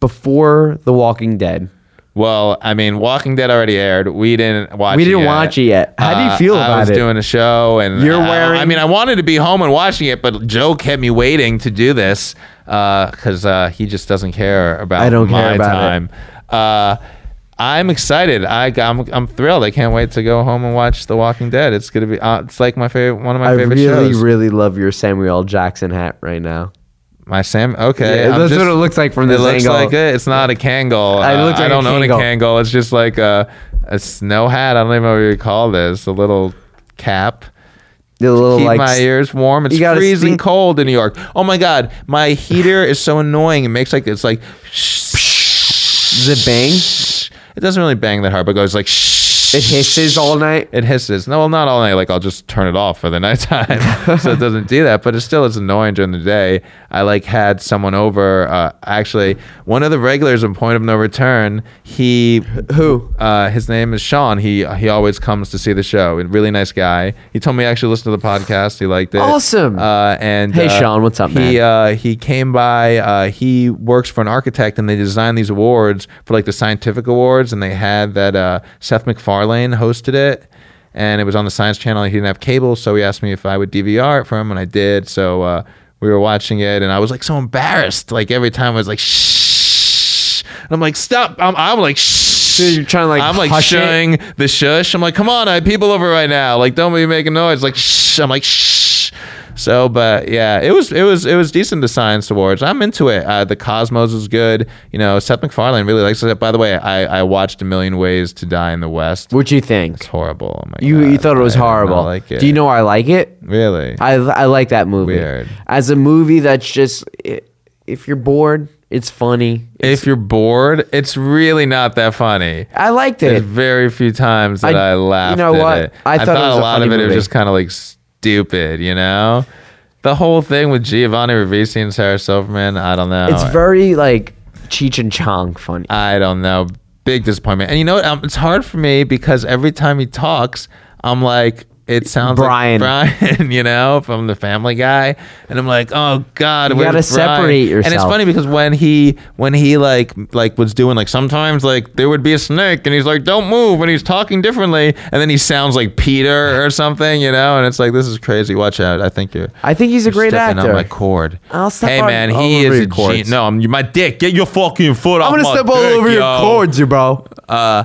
B: before The Walking Dead.
C: well, I mean, Walking Dead already aired. We didn't watch.
B: We
C: it
B: didn't
C: yet.
B: watch it yet. How do you
C: Uh,
B: feel
C: I
B: about
C: was
B: it?
C: doing a show, and uh,
B: You're
C: I-
B: wearing-
C: I mean, I wanted to be home and watching it, but Joe kept me waiting to do this because uh, he just doesn't care about.
B: I don't
C: my
B: care about it.
C: time. Uh, I'm excited. I, I'm I'm thrilled. I can't wait to go home and watch The Walking Dead. It's gonna be. Uh, it's like my favorite. One of my
B: I
C: favorite
B: really,
C: shows.
B: really love your Samuel L. Jackson hat right now.
C: my Sam. Okay,
B: Yeah,
C: I'm
B: that's
C: just-
B: what it looks like from
C: It
B: this
C: looks
B: angle.
C: like it. It's not a Kangol.
B: I
C: Uh,
B: look like
C: I
B: a
C: don't own a
B: Kangol.
C: Kangol. It's just like a a snow hat. I don't even know what you call this. A little cap.
B: The little
C: keep
B: like
C: my
B: s-
C: ears warm. It's
B: You gotta
C: freezing
B: speak-
C: cold in New York. Oh my god, my heater is so annoying. It makes like it's like
B: Does it bang?
C: it doesn't really bang that hard, but it goes like
B: It hisses all night.
C: It hisses. No, well, not all night. Like I'll just turn it off for the <laughs> nighttime, so it doesn't do that. But it still is annoying during the day. I like had someone over. Uh, actually, one of the regulars in Point of No Return. He
B: Who?
C: Uh, his name is Sean. He he always comes to see the show. A really nice guy. He told me he actually listened to the podcast. He liked it.
B: Awesome.
C: Uh, and
B: Hey,
C: uh,
B: Sean, what's up,
C: he, Uh, he came by. Uh, he works for an architect, and they designed these awards for like the scientific awards, and they had that uh, Seth MacFarlane hosted it. And it was on the Science Channel. He didn't have cable, so he asked me if I would DVR it for him, and I did. So uh, we were watching it, and I was like so embarrassed. Like every time I was like, shh. And I'm like, stop. I'm, I'm like, shh.
B: Dude, you're trying to, like,
C: I'm like
B: hush it?
C: shushing the shush. I'm like, come on, I have people over right now. Like, don't be making noise. Like, shh. I'm like, shh. So, but yeah, it was it was it was decent. The science awards, I'm into it. Uh, the Cosmos was good. You know, Seth MacFarlane really likes it. By the way, I I watched A Million Ways to Die in the West.
B: What'd you think?
C: It's horrible. Oh my
B: You you
C: God.
B: thought it was
C: I did not
B: horrible.
C: Like it.
B: Do you know why I like it?
C: Really?
B: I I like that movie.
C: Weird.
B: As a movie that's just i if you're bored, it's funny.
C: if you're bored, it's really not that funny.
B: I liked
C: There's
B: it.
C: very few times that
B: I-
C: I,
B: you
C: laughed.
B: know
C: at
B: what?
C: it.
B: I thought it was
C: a
B: a
C: lot of it
B: funny
C: was
B: movie.
C: just kind of like stupid, you know. The whole thing with Giovanni Ribisi and Sarah Silverman, I don't know.
B: It's very like Cheech and Chong funny.
C: I don't know. Big disappointment. And you know what? Um, it's hard for me because every time he talks, I'm like, it sounds
B: Brian.
C: like Brian, <laughs> you know, from the Family Guy, and I'm like, oh God,
B: You
C: where's
B: gotta
C: Brian?
B: separate
C: And it's
B: yourself.
C: funny because when he when he like like was doing like sometimes like there would be a snake and he's like, don't move, and he's talking differently, and then he sounds like Peter or something, you know, and it's like this is crazy. Watch out, I think you're.
B: I think he's a great
C: stepping on
B: actor.
C: my cord.
B: I'll step
C: hey
B: on
C: man,
B: all
C: he
B: over
C: is
B: your
C: a
B: cords.
C: genius. No, I'm my dick. Get your fucking foot off my dick, yo.
B: you bro.
C: Uh,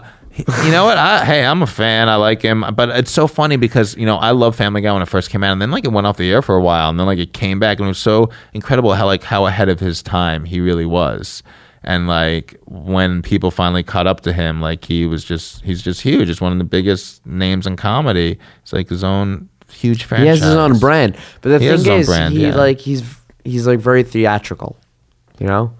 C: you know what? I, hey, I'm a fan. I like him, but it's so funny because you know I love Family Guy when it first came out, and then like it went off the air for a while, and then like it came back, and it was so incredible how like how ahead of his time he really was, and like when people finally caught up to him, like he was just he's just huge. It's one of the biggest names in comedy. It's like his own huge
B: He
C: franchise.
B: has his own brand, but the
C: He has his
B: thing
C: own
B: is,
C: brand,
B: he
C: yeah.
B: like he's he's like very theatrical. You know?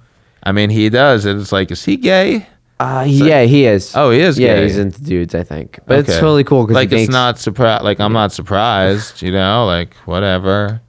C: I mean, he does. It's like is he gay?
B: Uh, he- yeah, he is.
C: Oh, he is
B: Yeah,
C: gay.
B: he's into dudes, I think. But it's
C: Okay.
B: totally cool because
C: like
B: he
C: it's
B: makes,
C: not surprised. Like I'm not surprised. You know, like whatever.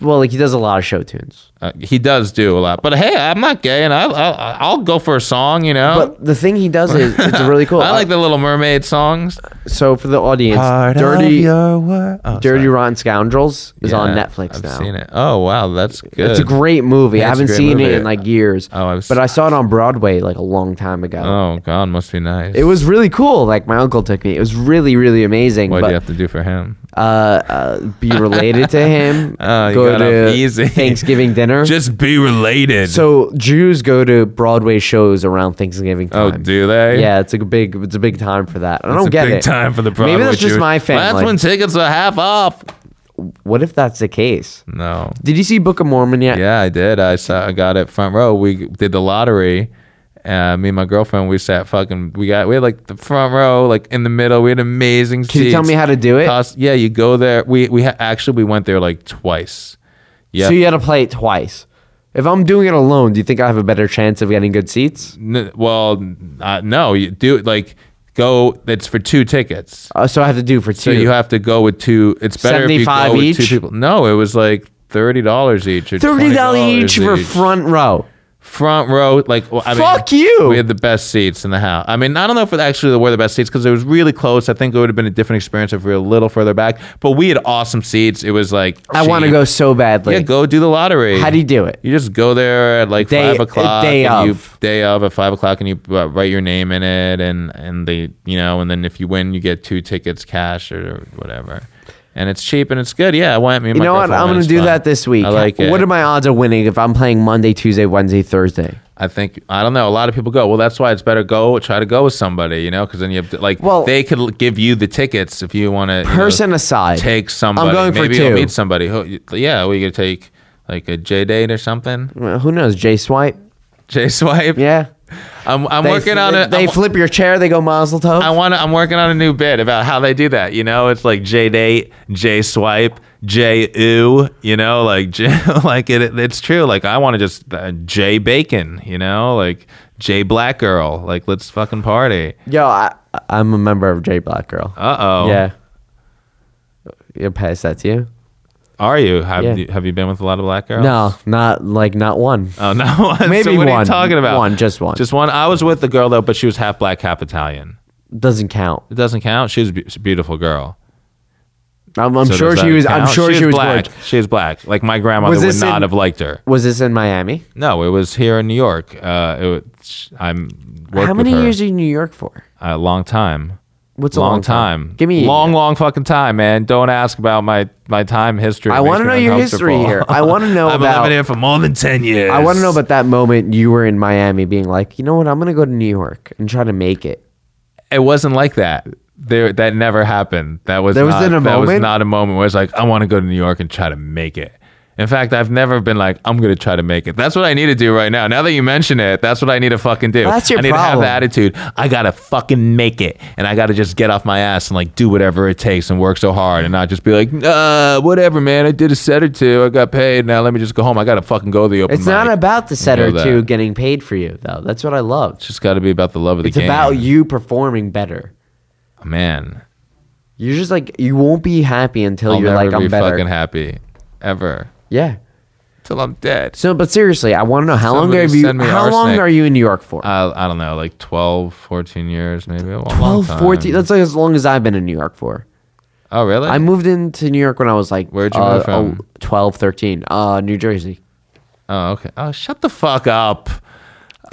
B: well, like he does a lot of show tunes.
C: Uh, he does do a lot, but hey, I'm not gay, and I'll I'll, I'll go for a song, you know.
B: But the thing he does is it's really cool.
C: <laughs>
B: Uh,
C: I like the Little Mermaid songs.
B: So for the audience, Dirty
C: world.
B: Dirty Rotten Scoundrels is on Netflix
C: I've
B: now.
C: Seen it. Oh wow, that's good.
B: oh, It's a great movie.
C: Yeah,
B: I
C: it's a
B: haven't
C: great
B: seen
C: movie.
B: it in like years.
C: Oh, I've
B: but I saw it on Broadway like a long time ago.
C: Oh God, must be nice.
B: It was really cool. Like my uncle took me. It was really, really amazing.
C: What
B: but
C: do you have to do for him?
B: uh, uh, be related to him.
C: <laughs> Oh, you
B: go
C: got
B: to
C: off easy. <laughs>
B: Thanksgiving dinner.
C: Just be related.
B: so Jews go to Broadway shows around Thanksgiving
C: oh,
B: time.
C: do they?
B: Yeah, it's like a big, it's a big time for that. I
C: It's
B: don't
C: a
B: get
C: big
B: it.
C: time for the Broadway.
B: Maybe that's just
C: Jew-
B: my family.
C: That's when tickets are half off.
B: What if that's the case?
C: No.
B: Did you see Book of Mormon yet?
C: Yeah, I did. I saw. I got it front row. We did the lottery. Uh, me and my girlfriend, we sat fucking. We got we had like the front row, like in the middle. We had amazing.
B: Can you tell me how to do it?
C: Cost, yeah, you go there. We we ha- actually we went there like twice. Yeah.
B: So you got to play it twice. If I'm doing it alone, do you think I have a better chance of getting good seats?
C: N- well, uh, no, you do it like go. It's for two tickets,
B: Uh, so I have to do for two.
C: so you have to go with two. It's better if you
B: $75
C: go
B: each?
C: with two people. No, it was like thirty dollars each. or
B: thirty dollars
C: $20
B: each for front row.
C: front row. Like, well, I
B: Fuck
C: mean,
B: you.
C: We had the best seats in the house. I mean, I don't know if it actually were the best seats because it was really close. I think it would have been a different experience if we were a little further back. But we had awesome seats. It was like
B: I want to
C: cheap.
B: go so badly.
C: Yeah, go do the lottery.
B: How do you do it?
C: You just go there at like
B: Day-
C: five o'clock.
B: day
C: and
B: of.
C: You, day of at five o'clock, and you uh, write your name in it, and and they you know, and then if you win, you get two tickets cash or whatever. And it's cheap and it's good. Yeah, I want me. and
B: You
C: my
B: know what?
C: girlfriend
B: I'm going
C: went.
B: to
C: It's
B: do
C: fun.
B: that this week.
C: I like it.
B: What are my odds of winning if I'm playing Monday, Tuesday, Wednesday, Thursday?
C: I think I don't know. A lot of people go. Well, that's why it's better go try to go with somebody, you know, because then you have to, like
B: Well-
C: they could l- give you the tickets if you want to.
B: Person aside,
C: take somebody.
B: I'm going for
C: Maybe
B: two.
C: You'll meet somebody. Who, yeah, we could take like a J date or something. <laughs>
B: Well, Who knows? J swipe.
C: J swipe.
B: Yeah.
C: I'm I'm
B: They
C: working
B: fl-
C: on it.
B: They
C: I'm-
B: flip your chair. They go mazel tov.
C: I want. to I'm working on a new bit about how they do that. You know, it's like J date, J swipe, J oo. You know, like <laughs> J, like it, It's true. Like I want to just uh, J bacon. You know, like J black girl. Like let's fucking party.
B: Yo, I, I'm a member of J Black Girl.
C: Uh oh.
B: Yeah. You pass that to you?
C: Are you? Have
B: Yeah.
C: you have you been with a lot of black girls?
B: No, not like not one.
C: Oh no. <laughs>
B: <laughs>
C: So
B: Maybe
C: what Are
B: one.
C: you talking about
B: One, just one.
C: Just one. I was with the girl though, but she was half black, half Italian.
B: Doesn't count.
C: It doesn't count. She was be- she's a beautiful girl.
B: I'm, I'm
C: So
B: sure
C: does
B: she
C: that
B: was. I'm
C: count?
B: sure she, was
C: black.
B: gorgeous.
C: She was black. Like my grandmother
B: Was
C: would
B: this
C: not
B: in-
C: have liked her.
B: Was this in Miami?
C: No, it was here in New York. Uh, it was, I'm worked
B: How many
C: with her
B: years are you in New York for?
C: a long time.
B: What's a
C: long,
B: long time?
C: time?
B: Give me a
C: long, long fucking time, man. Don't ask about my my time history. It
B: I
C: makes
B: wanna
C: me
B: know your history
C: uncomfortable.
B: here. I wanna
C: <laughs>
B: know
C: I've
B: about-
C: been living here for more than ten years.
B: I want to know about that moment you were in Miami, being like, you know what, I'm gonna go to New York and try to make it.
C: it wasn't like that. There, that never happened. That was
B: There
C: not,
B: wasn't a
C: that was
B: moment?
C: not a moment where it's like I want to go to New York and try to make it. In fact, I've never been like I'm gonna try to make it. That's what I need to do right now. Now that you mention it, that's what I need to fucking do.
B: That's your
C: I need to have
B: problem.
C: the attitude. I gotta fucking make it, and I gotta just get off my ass and like do whatever it takes and work so hard, and not just be like, uh, whatever, man. I did a set or two. I got paid. Now let me just go home. I gotta fucking go to the open.
B: It's not
C: mic.
B: about the set
C: know
B: or
C: that.
B: two getting paid for you though. That's what I love.
C: It's just gotta be about the love of the
B: It's
C: game.
B: about you performing better.
C: man.
B: You're just like you won't be happy until
C: I'll
B: you're
C: never
B: like I'm
C: be
B: better.
C: fucking happy ever.
B: yeah.
C: till I'm dead.
B: So, but seriously, I want to know how long
C: Somebody
B: have you?
C: send me
B: How long
C: arsenic.
B: are you in New York for?
C: I, I don't know, like 12, 14 years, maybe. A 12,
B: 12, 14. That's like as long as I've been in New York for.
C: oh, really?
B: I moved into New York when I was like
C: Where'd you
B: uh,
C: move from?
B: oh, 12, 13. Uh, New Jersey.
C: oh, okay. Oh, shut the fuck up.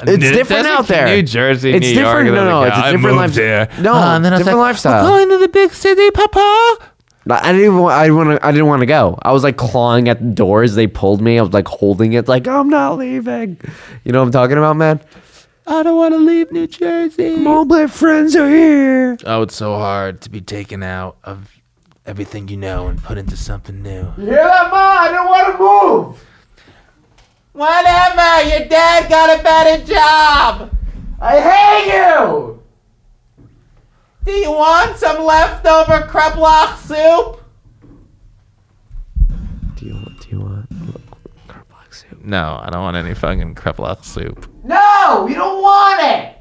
B: It's different out there.
C: New Jersey,
B: It's
C: New
B: different-
C: York.
B: no, no, it's a different life-
C: life. There.
B: No,
C: Ah, and then I was
B: different
C: like,
B: lifestyle.
C: We're going to the big city, Papa.
B: Like, I didn't even. wa- I want to. I didn't want to go. I was like clawing at the doors. They pulled me. I was like holding it. Like I'm not leaving. You know what I'm talking about, man.
C: I don't want to leave New Jersey.
B: All my friends are here.
C: Oh, it's so hard to be taken out of everything you know and put into something new.
B: Yeah, ma. I don't want to move.
C: Whatever, your dad got a better job.
B: I hate you.
C: Do you want some leftover kreplach soup?
B: Do you want? Do you want? look, Carbox soup?
C: No, I don't want any fucking
B: <laughs>
C: kreplach soup. <laughs>
B: No, you don't want it.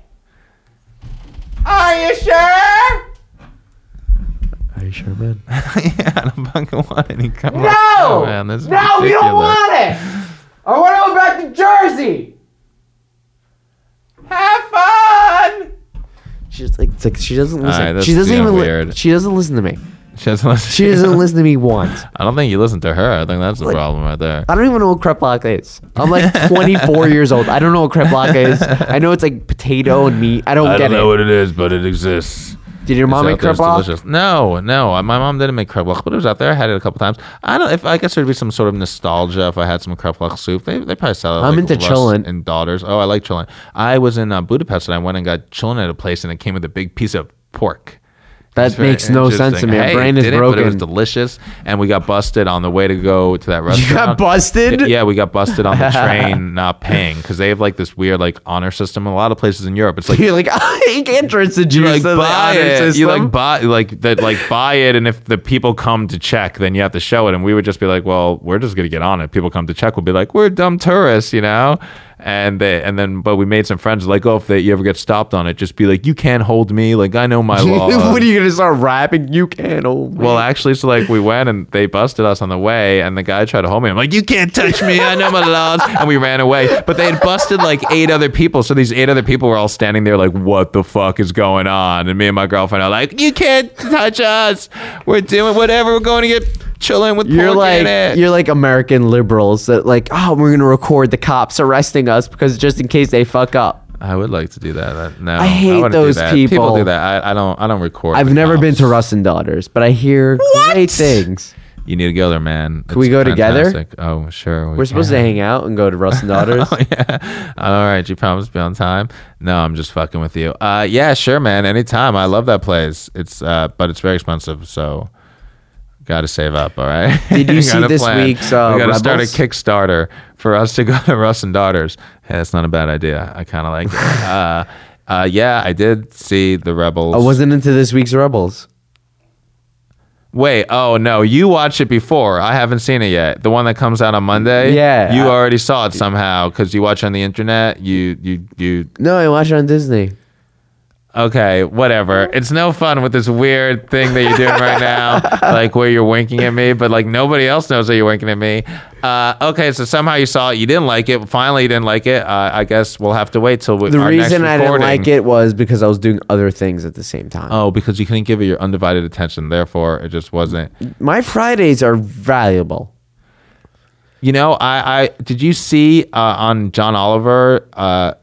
C: Are you sure?
B: Are you sure, man?
C: yeah, I don't fucking want any kreplach
B: No!
C: soup, man. This is
B: No, you
C: ridiculous.
B: don't want it! I want to go back to Jersey!
C: Have fun!
B: She's like, it's like she doesn't listen.
C: right, that's
B: she doesn't
C: being
B: even li-
C: weird.
B: she doesn't listen to me.
C: She doesn't listen.
B: She doesn't listen to me once.
C: <laughs> I don't think you listen to her. I think that's the problem right there.
B: I don't even know what crepe latke is. I'm
C: <laughs>
B: like 24 years old. I don't know what crepe latke is. I know it's like potato and meat. I don't get it.
C: it is, but it exists.
B: Did your mom
C: It's
B: make crepe
C: out there. It's
B: latke?
C: delicious. No, no, I- my mom didn't make kreplach, but it was out there. I had it a couple times. I don't. If I guess there'd be some sort of nostalgia if I had some kreplach soup. They, they probably sell it. at,
B: I'm
C: like,
B: into
C: Russ
B: chillin'.
C: and daughters. Oh, I like chillin'. I was in uh, Budapest and I went and got chillin' at a place and it came with a big piece of pork.
B: That makes no sense to me. My
C: Hey,
B: brain is
C: it didn't, But it was
B: broken.
C: delicious, and we got busted on the way to
B: <laughs>
C: go to that restaurant. <laughs>
B: busted?
C: Yeah, yeah, we got busted
B: <laughs>
C: on the train not paying because they have like this weird like honor system. in A lot of places in Europe, it's like
B: You're like, <laughs> I can't trust the
C: you
B: Jews.
C: like
B: to the
C: buy
B: honor
C: it.
B: system."
C: You
B: <laughs>
C: like buy like that like buy it, and if the people come to check, then you have to show it. And we would just be like, well, we're just gonna get on it. People come to check, we'll be like, we're dumb tourists, you know. And they and then but we made some friends like, oh, if they, you ever get stopped on it, just be like, you can't hold me. Like I
B: <laughs>
C: know my law.
B: what are you gonna start rapping? You can't oh, hold me.
C: Well, actually, so like we went and they busted us on the way, and the guy tried to hold me. I'm like, you can't touch me. I know my laws. And we ran away. But they had busted like eight other people. So these eight other people were all standing there like, what the fuck is going on? And me and my girlfriend are like, you can't touch us. We're doing whatever. We're going to get chilling with
B: You're
C: pork
B: like
C: in it.
B: you're like American liberals that like oh we're gonna record the cops arresting us because just in case they fuck up.
C: I would like to do that. That- No,
B: I hate
C: wouldn't do
B: those
C: that.
B: people.
C: do that. I, I don't. I don't record.
B: I've
C: the
B: never been
C: cops.
B: to Russ and Daughters, but I hear great things.
C: You need to go there, man. Can
B: we go together?
C: Oh, sure.
B: We're supposed to hang out and go to
C: <laughs>
B: Russ and Daughters.
C: yeah. <laughs> All right. You promised to be on time. No, I'm just fucking with you. Uh, yeah, sure, man. Anytime. I love that place. It's uh, but it's very expensive, so got to save up. All right.
B: Did
C: <laughs>
B: you
C: Got
B: see
C: a
B: this week's, uh,
C: we got to start a
B: Rebels?
C: Kickstarter for us to go to Russ and Daughters. Yeah, that's not a bad idea. I kind of like
B: <laughs>
C: it. uh, uh, yeah, I did see the Rebels.
B: I wasn't into this week's Rebels.
C: Wait, oh no, you watched it before. I haven't seen it yet. The one that comes out on Monday.
B: Yeah,
C: you
B: I-
C: already saw it somehow because you watch on the internet. You you you
B: No, I watched it on Disney.
C: Okay, whatever.
B: Mm-hmm.
C: It's no fun with this weird thing that you're doing right now,
B: <laughs>
C: like where you're winking at me, but like nobody else knows that you're winking at me. Uh, okay, so somehow you saw it. You didn't like it. Finally, you didn't like it. Uh, I guess we'll have to wait till we,
B: The
C: our
B: reason
C: next
B: I didn't
C: recording.
B: like it was because I was doing other things at the same time.
C: Oh, because you couldn't give it your undivided attention. Therefore, it just wasn't.
B: My Fridays are valuable.
C: You know, I, I did you see uh, on John Oliver uh,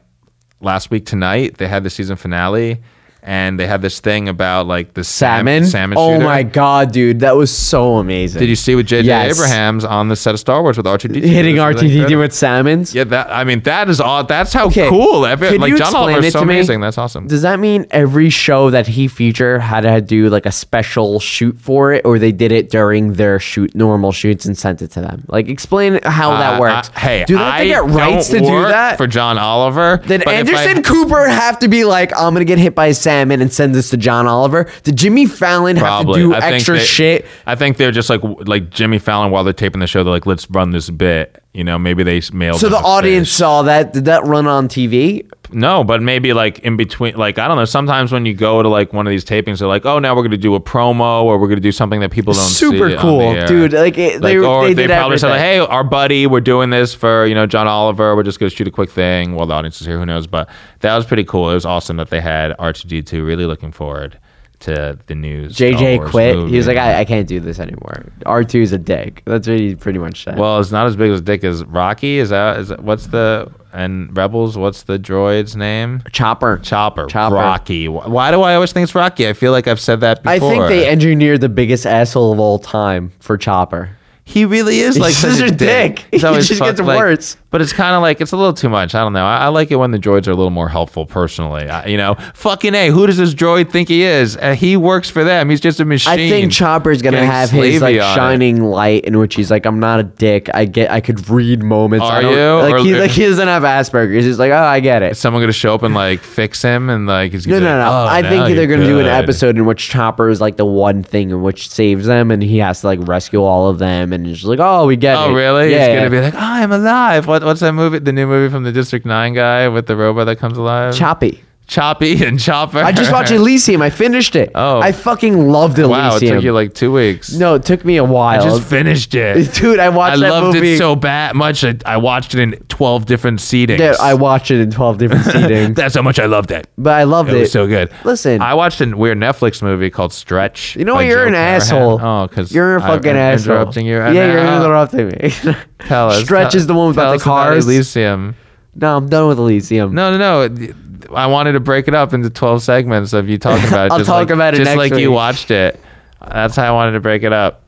C: last week tonight? They had the season finale, and they had this thing about like the sam-
B: Salmon.
C: salmon.
B: oh
C: shooter.
B: my god, dude, that was so amazing.
C: Did you see with J.J.
B: Yes.
C: Abrams on the set of Star Wars with R2D2?
B: hitting
C: It was really
B: RTD
C: incredible.
B: with salmons?
C: Yeah, that I mean, that is all. That's how
B: Okay.
C: cool. Every,
B: Could
C: like
B: you
C: John
B: explain
C: Oliver's
B: it
C: so
B: to me?
C: amazing. That's awesome.
B: Does that mean every show that he featured had to do like a special shoot for it, or they did it during their shoot normal shoots and sent it to them? Like, explain how that
C: Uh,
B: works.
C: I- hey,
B: do they have
C: I
B: to get rights
C: don't
B: to do
C: work
B: that?
C: for John Oliver?
B: Did
C: but if I-
B: Anderson Cooper have to be like, I'm gonna get hit by a salmon and send this to John Oliver? Did Jimmy Fallon
C: Probably.
B: have to do
C: I think
B: extra
C: they-
B: shit?
C: I think they're just like like Jimmy Fallon while they're taping the show. They're like, let's run this bit. You know, maybe they mailed.
B: So
C: him
B: the
C: a fish.
B: audience saw that. Did that run on TV?
C: No, but maybe like in between, like I don't know. Sometimes when you go to like one of these tapings, they're like, "Oh, now we're going to do a promo, or we're going to do something that people don't
B: Super
C: see on
B: cool,
C: the air."
B: dude. Like, it, they,
C: or
B: they,
C: they,
B: did
C: probably said,
B: everything.
C: like, "Hey, our buddy, we're doing this for you know John Oliver. We're just going to shoot a quick thing while the audience is here. Who knows?" But that was pretty cool. It was awesome that they had R two D two. Really looking forward to the news.
B: JJ quit. He was like, I, I can't do this anymore. R2's a dick. That's what he pretty much said.
C: "Well, it's not as big as dick as Rocky. Is that is that, what's the and Rebels? What's the droid's name?"
B: Chopper.
C: Chopper,
B: Chopper.
C: Rocky. Wh- Why do I always think it's Rocky? I feel like I've said that before.
B: I think they engineered the biggest asshole of all time for Chopper.
C: He really is like
B: such a dick. <laughs>
C: He's
B: He
C: always
B: just
C: fucked,
B: gets
C: like-
B: worse.
C: But it's kind of like it's a little too much. I don't know. I, I like it when the droids are a little more helpful personally. I, you know, fucking a. Who does this droid think he is? Uh, he works for them. He's just a machine.
B: I think Chopper's gonna
C: Getting
B: have his like
C: slavey on it.
B: shining light in which he's like, I'm not a dick. I get I could read moments. I
C: Are
B: don't-
C: you?
B: Like
C: Or-
B: he
C: <laughs>
B: like he doesn't have Asperger's. He's like, Oh, I get
C: Is
B: it.
C: someone gonna show up and like fix him and like he's
B: No,
C: gonna be
B: no, no.
C: like, "Oh,
B: I
C: now
B: think they're
C: you're
B: gonna do an
C: good."
B: episode in which Chopper is like the one thing in which saves them and he has to like rescue all of them and it's just like, Oh, we get it.
C: Oh really?
B: Yeah,
C: it's
B: yeah.
C: gonna be like, oh, I'm alive. What, what's that movie? The new movie from the District Nine guy with the robot that comes alive.
B: choppy.
C: Choppy and Chopper.
B: I just
C: <laughs>
B: watched Elysium. I finished it.
C: Oh.
B: I fucking loved Elysium.
C: Wow, it took you like two weeks.
B: no, it took me a while.
C: I
B: <laughs>
C: just finished it.
B: Dude, I watched
C: I
B: that
C: loved
B: movie.
C: it so bad much. that I watched it in twelve different seatings.
B: Dude, I watched it in 12
C: <laughs>
B: different seatings,
C: That's how much I loved it.
B: but I loved
C: It
B: it.
C: was so good.
B: Listen.
C: I watched a weird Netflix movie called Stretch.
B: You know
C: by
B: what? You're
C: Joe
B: an
C: Carnahan.
B: asshole.
C: Oh, because
B: you're a fucking asshole.
C: Interrupting you.
B: Yeah,
C: right
B: you're
C: now.
B: interrupting me.
C: <laughs> Tell us.
B: Stretch
C: tell-
B: is the one
C: tell
B: about the
C: us about
B: cars.
C: Elysium.
B: no, I'm done with Elysium.
C: No, no, no. I wanted to break it up into twelve segments of you talking about
B: <laughs>
C: it.
B: I'll
C: just
B: talk
C: like,
B: about it
C: just
B: next
C: like you
B: week.
C: watched it. That's how I wanted to break it up.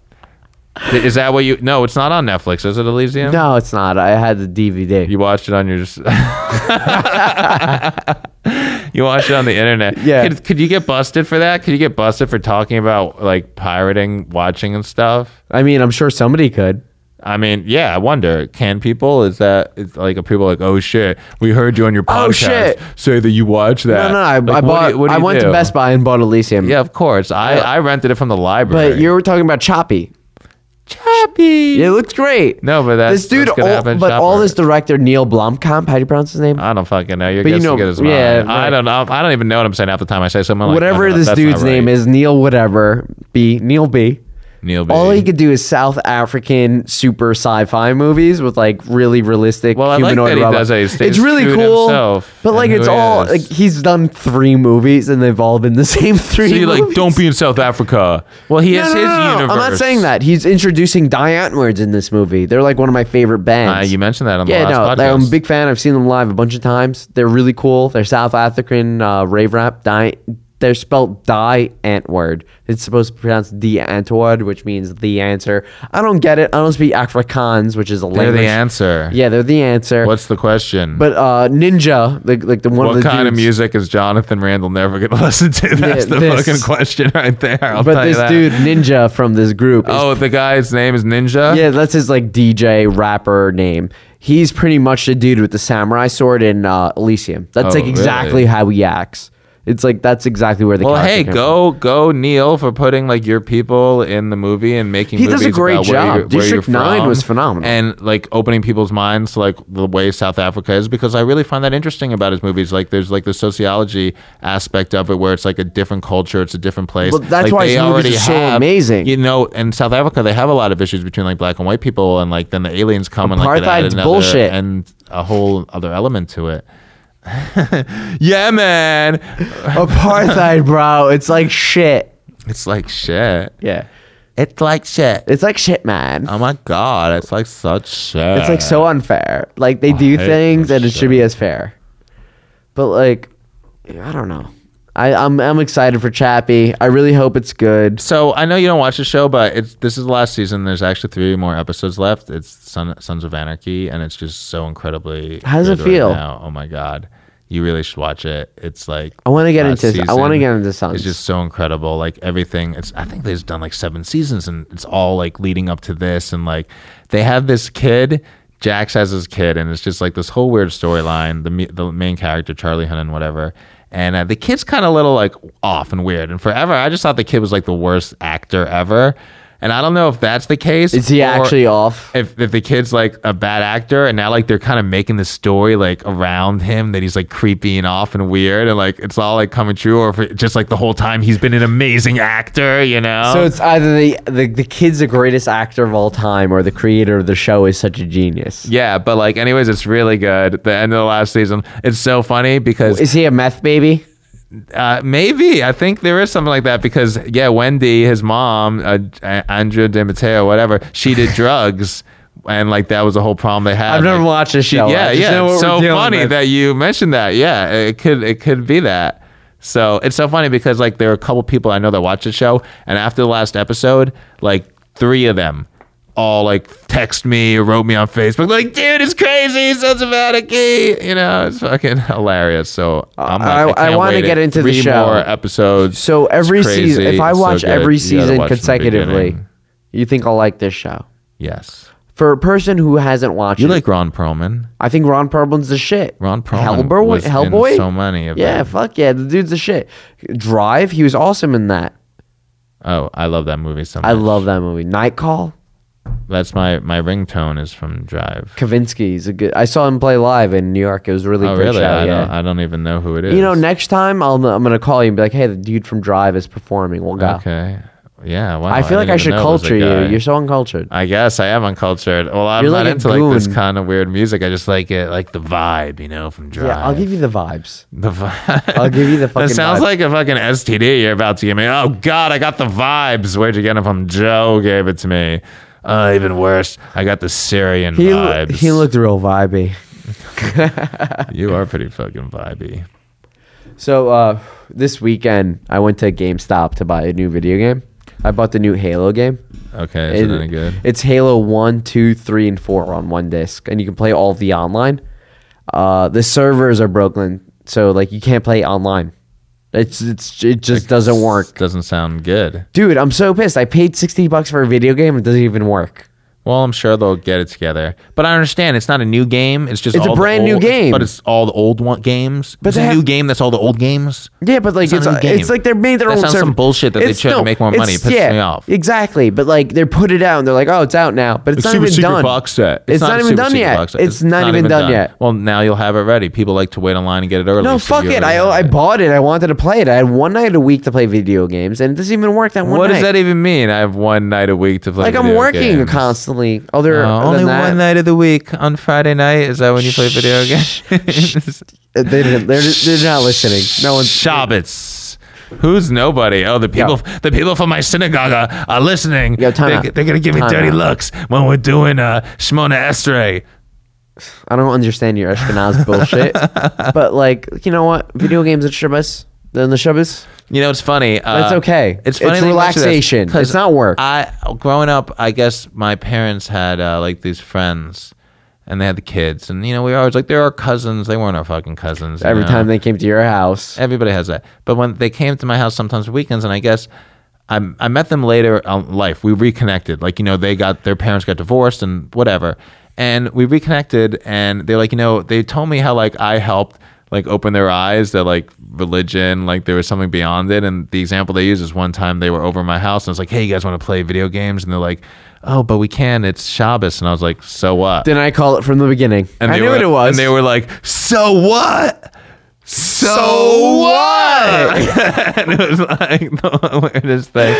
C: Is that what you? No, it's not on Netflix. Is it Elysium?
B: No, it's not. I had the DVD.
C: <laughs> You watched it on your. you watched it on the internet.
B: Yeah.
C: Could, could you get busted for that? Could you get busted for talking about like pirating, watching, and stuff?
B: I mean, I'm sure somebody could.
C: I mean, yeah. I wonder. Can people? Is that? It's like are people like, oh shit, we heard you on your podcast
B: Oh, shit.
C: say that you watch
B: No,
C: that.
B: no, I, I
C: Like, what do
B: bought.
C: you- what do
B: I
C: you
B: went
C: do?
B: to Best Buy and bought Elysium.
C: Yeah, of course. I I rented it from the library.
B: but you were talking about Choppy.
C: Choppy. happy.
B: It looks great.
C: No, but that's-
B: this dude.
C: that's gonna
B: all-
C: happen,
B: but all
C: Shopper.
B: this director Neil Blomkamp. How do you pronounce his name?
C: I don't fucking know. Your
B: But you
C: guess
B: know-
C: is good as mine.
B: yeah,
C: I
B: right.
C: don't know. I don't even know what I'm saying half the time. I say something like
B: whatever
C: I don't know,
B: this
C: that's
B: dude's
C: not right.
B: name is, Neil whatever B Neil B.
C: Neil B.
B: All he could do is South African super sci-fi movies with like really realistic
C: Well, I like
B: humanoid
C: that he
B: robot.
C: does that. He stays
B: it's really
C: true to
B: cool,
C: himself
B: but
C: and
B: like
C: who
B: it's
C: he
B: all
C: is.
B: like he's done three movies and they've all been the <laughs> same three.
C: So you like
B: movies.
C: don't be in South Africa. Well, he
B: No,
C: has
B: no, no,
C: his
B: no, no.
C: universe.
B: I'm not saying that. He's introducing Diant words in this movie. They're like one of my favorite
C: Uh,
B: bands.
C: you mentioned that on the
B: yeah,
C: last
B: no,
C: podcast.
B: like, I'm a big fan. I've seen them live a bunch of times. They're really cool. They're South African uh, rave rap. Di- they're spelled die ant word. It's supposed to be pronounced the antwoord, which means the answer. I don't get it. I don't speak Afrikaans, which is a
C: They're
B: language.
C: the answer.
B: Yeah, they're the answer.
C: What's the question?
B: but uh, Ninja, like, like the one
C: what
B: of the
C: kind of
B: dudes-
C: music is Jonathan Randall never going to <laughs> listen to? That's the
B: this.
C: fucking question right there. I'll
B: But
C: tell
B: this
C: you that.
B: dude Ninja from this group is
C: Oh, the guy's name is
B: <laughs>
C: Ninja.
B: Yeah, that's his like DJ rapper name. He's pretty much the dude with the samurai sword in uh, Elysium. That's
C: Oh,
B: like exactly
C: really?
B: how he acts. It's like that's exactly where the
C: Well,
B: character
C: hey,
B: came
C: go go Neil for putting like your people in the movie and making.
B: He
C: movies
B: does a great
C: about where
B: job.
C: you- where
B: District
C: you're
B: Nine
C: from
B: was phenomenal.
C: and like opening people's minds to like the way South Africa is because I really find that interesting about his movies. Like, there's like the sociology aspect of it where it's like a different culture, it's a different place.
B: Well, that's
C: Like,
B: why
C: they
B: his movies
C: already
B: are so
C: have-
B: amazing.
C: You know, in South Africa, they have a lot of issues between like black and white people, and like then the aliens come and like get added
B: Apartheid's
C: another-
B: bullshit.
C: and a whole other element to it. <laughs> yeah, man,
B: from.
C: <laughs>
B: apartheid, bro. It's like shit.
C: it's like shit.
B: Yeah,
C: It's like shit.
B: it's like shit, man.
C: Oh my god, it's like such shit.
B: it's like so unfair. Like they do
C: hate
B: things
C: this
B: and it should be as fair. But like, I don't know. I, I'm I'm excited for Chappie. I really hope it's good.
C: So I know you don't watch the show, but it's this is the last season. There's actually three more episodes left. It's Son, Sons of Anarchy, and it's just so incredibly.
B: How does it
C: good right
B: feel?
C: now. Oh my god, you really should watch it. It's like
B: I wanna get
C: last
B: into- I wanna get into Sons.
C: It's just so incredible. Like everything. It's I think they've done like seven seasons, and it's all like leading up to this, and like they have this kid. Jax has his kid, and it's just like this whole weird storyline. The me- the main character Charlie Hunnam, whatever, and uh, the kid's kind of little like off and weird. And forever, I just thought the kid was like the worst actor ever. And I don't know if that's the case.
B: Is he
C: or
B: actually off?
C: If, if the kid's like a bad actor, and now like they're kind of making the story like around him that he's like creepy and off and weird, and like it's all like coming true, or if it, just like the whole time he's been an amazing actor, you know?
B: So it's either the, the the kid's the greatest actor of all time, or the creator of the show is such a genius.
C: Yeah, but like, anyways, it's really good. The end of the last season, it's so funny because
B: Is he a meth baby?
C: uh, maybe I think there is something like that because yeah, Wendy, his mom, uh, A- Andrea De Matteo, whatever, she did <laughs> drugs. And like that was the whole problem they had.
B: I've never
C: Like,
B: watched this
C: she-
B: show. I
C: Yeah,
B: just
C: yeah.
B: know what
C: it's
B: we're
C: so
B: dealing
C: funny
B: with.
C: that you mentioned that. Yeah, it could it could be that. So it's so funny because like there are a couple people I know that watch the show, and after the last episode, like three of them all like text me or wrote me on Facebook, like, dude, it's crazy, sons of anarchy. You know, it's fucking hilarious. So I'm
B: I-
C: like, I,
B: I
C: can't
B: wanna
C: wait.
B: get into the
C: Three
B: show.
C: more episodes.
B: So
C: It's
B: every
C: crazy.
B: season, if I
C: It's so
B: watch
C: good.
B: every
C: You gotta
B: season
C: watch from the
B: consecutively,
C: beginning.
B: you think I'll like this show?
C: yes,
B: For a person who hasn't watched
C: you
B: it,
C: like Ron Perlman.
B: I think Ron Perlman's the shit.
C: Ron Perlman
B: Hellboy,
C: was in
B: Hellboy,
C: so many of
B: yeah,
C: them.
B: fuck yeah, the dude's the shit. Drive, he was awesome in that.
C: Oh, I love that movie so much.
B: I love that movie. Night Call,
C: That's my my ringtone is from Drive.
B: Kavinsky is a good. I saw him play live in New York. It was a really
C: Oh
B: good
C: really?
B: show.
C: I
B: yeah.
C: don't I don't even know who it is.
B: You know, next time I'll, I'm gonna call you and be like, "Hey, the dude from Drive is performing. We'll go."
C: Okay. Yeah. Wow.
B: I feel like
C: didn't
B: I
C: even
B: should
C: know it was a
B: culture
C: guy.
B: you. You're so uncultured.
C: I guess I am uncultured. Well, I'm
B: You're
C: not
B: like a
C: into like this
B: goon.
C: kind of weird music. I just like it, like the vibe, you know, from Drive.
B: Yeah, I'll give you the vibes.
C: the vibe.
B: I'll give you the fucking
C: <laughs> That sounds
B: vibe.
C: like a fucking STD you're about to give me. Oh God, I got the vibes. Where'd you get them from? Joe gave it to me. Uh, even worse, I got the Syrian
B: He
C: vibes.
B: he looked real vibey.
C: you are pretty fucking vibey.
B: So uh, this weekend I went to GameStop to buy a new video game. I bought the new Halo game.
C: Okay, isn't it good?
B: It's Halo 1, 2, 3, and 4 on one disc, and you can play all of the online. Uh, the servers are broken, so like you can't play online. It's it's it just doesn't work.
C: Doesn't sound good.
B: Dude, I'm so pissed. I paid 60 bucks for a video game. It doesn't even work.
C: Well, I'm sure they'll get it together. But I understand it's not a new game. It's just
B: It's a
C: all the
B: brand new
C: old-
B: game.
C: But it's all the old one games. But it's
B: they
C: a
B: have-
C: new game that's all the old games.
B: Yeah, but like
C: It's not
B: it's
C: a new
B: uh, it's
C: game.
B: like they're made their
C: That
B: own.
C: sounds
B: server.
C: some bullshit that they
B: It's-
C: tried to make more money. It
B: it's-
C: pisses me off.
B: Exactly, but like they put it out and they're like, oh, it's out now, but it's
C: It's
B: not
C: super
B: even
C: secret
B: done.
C: box set.
B: It's, not,
C: a
B: even
C: super
B: done
C: secret
B: yet.
C: box set.
B: It's, not, even done, yet.
C: Well, now you'll have it ready. People like to wait online and get it early.
B: No,
C: so
B: fuck
C: you
B: it.
C: already
B: I
C: have
B: I bought it. I wanted to play it. I had one night a week to play video games, and it doesn't even work that one
C: What
B: night.
C: does that even mean? I have one night a week to play.
B: like I'm
C: video
B: working
C: games.
B: constantly. Other
C: Uh,
B: than
C: only
B: that,
C: one night of the week on Friday night is that when you play video games?
B: Uh, They didn't, they're, they're not listening. No one's
C: Shabbats. Who's nobody? Oh, the people, the people from my synagogue are, are listening.
B: Yo, time
C: they,
B: out.
C: They're gonna give me
B: Time
C: dirty
B: out.
C: looks when we're doing uh, Shmona Esrei.
B: I don't understand your
C: <laughs>
B: Ashkenaz bullshit. But like, you know what? Video games at Shabbos than the Shabbos.
C: You know, it's funny. Uh,
B: That's okay.
C: It's funny.
B: It's
C: that you mention this,
B: relaxation.
C: 'cause
B: It's not work.
C: I growing up, I guess my parents had uh, like these friends, and they had the kids, and you know, we were always like, they're our cousins. They weren't our fucking cousins. you
B: Every
C: know?
B: time they came to your house,
C: Everybody has that. But when they came to my house sometimes for weekends, and I guess I, I met them later in life. We reconnected. Like, you know, they got, their parents got divorced and whatever. And we reconnected, and they're like, you know, they told me how, like, I helped, like, open their eyes that, like, religion, like, there was something beyond it. And the example they use is one time they were over at my house, and I was like, hey, you guys want to play video games? And they're like, oh, but we can. It's Shabbos. And I was like, so what?
B: then I call it from the beginning.
C: And
B: I
C: they
B: knew
C: were,
B: what it was.
C: And they were like, "So what? So, what?" <laughs> and it was like the <laughs> weirdest thing.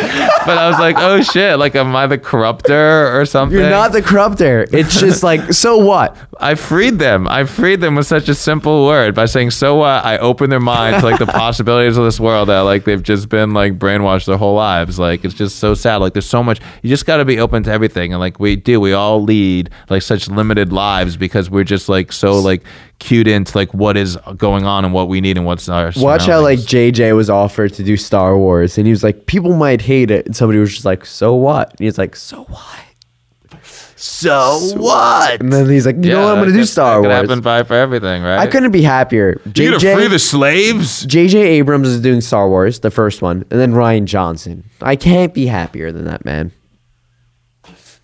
C: But I was like, "Oh shit! Like, am I the corrupter or something?"
B: You're not the corrupter. It's just
C: <laughs>
B: like, so what?
C: I freed them. I freed them with such a simple word by saying, "So what?" I opened their mind to
B: <laughs>
C: like the possibilities of this world that like they've just been like brainwashed their whole lives. Like it's just so sad. Like there's so much. You just got to be open to everything. And like we do, we all lead like such limited lives because we're just like so like cued into like what is going on and what we need and what's our.
B: Watch how like
C: surroundings.
B: JJ was offered to do Star Wars, and he was like, people might hate it, and somebody was just like, so what? And he's like, so what?
C: so what?
B: And then he's like, you know what? I'm gonna do Star
C: Could
B: Wars.
C: happen five for everything, right?
B: I couldn't be happier.
C: You gonna free
B: JJ,
C: the slaves?
B: JJ Abrams is doing Star Wars, the first one, and then Ryan Johnson. I can't be happier than that man.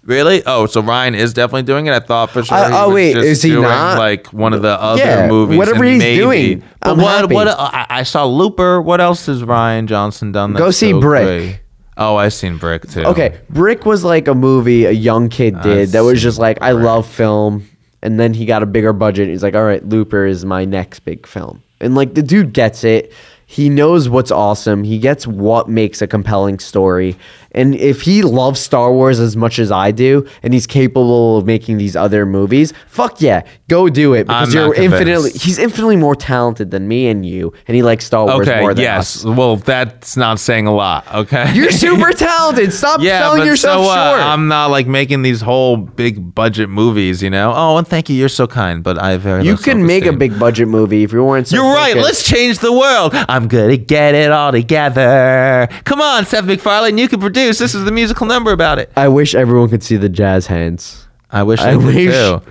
C: Really? Oh, so Ryan is definitely doing it. I thought for sure.
B: Uh,
C: he
B: oh,
C: was
B: wait,
C: just
B: is he
C: doing,
B: not?
C: Like one of the other
B: Yeah,
C: movies.
B: whatever
C: and
B: he's
C: maybe-
B: doing,
C: But
B: I'm
C: what?
B: happy.
C: What? uh, I, I saw Looper. What else has Ryan Johnson done? That's
B: Go see
C: so
B: Brick.
C: great? Oh, I seen Brick too.
B: Okay, Brick was like a movie a young
C: Uh,
B: kid did that was just like I love film, and then he got a bigger budget. He's like, all right, Looper is my next big film, and like the dude gets it. He knows what's awesome. He gets what makes a compelling story. And if he loves Star Wars as much as I do, and he's capable of making these other movies, fuck yeah, go do it because
C: I'm
B: you're
C: not convinced.
B: infinitely he's infinitely more talented than me and you, and he likes Star Wars
C: Okay.
B: more than us.
C: Yes. Well, that's not saying a lot. Okay.
B: You're super talented. Stop
C: <laughs> Yeah,
B: selling
C: but
B: yourself
C: so what?
B: short.
C: I'm not like making these whole big budget movies, you know. Oh, and thank you. You're so kind, but I have very.
B: You
C: low
B: can make a
C: self-esteem.
B: big budget movie if you weren't. So
C: You're right.
B: focused.
C: Let's change the world. I'm gonna get it all together. Come on, Seth MacFarlane. You can produce. This is the musical number about it.
B: I wish everyone could see the jazz hands.
C: I wish
B: I
C: I, could
B: wish-
C: too.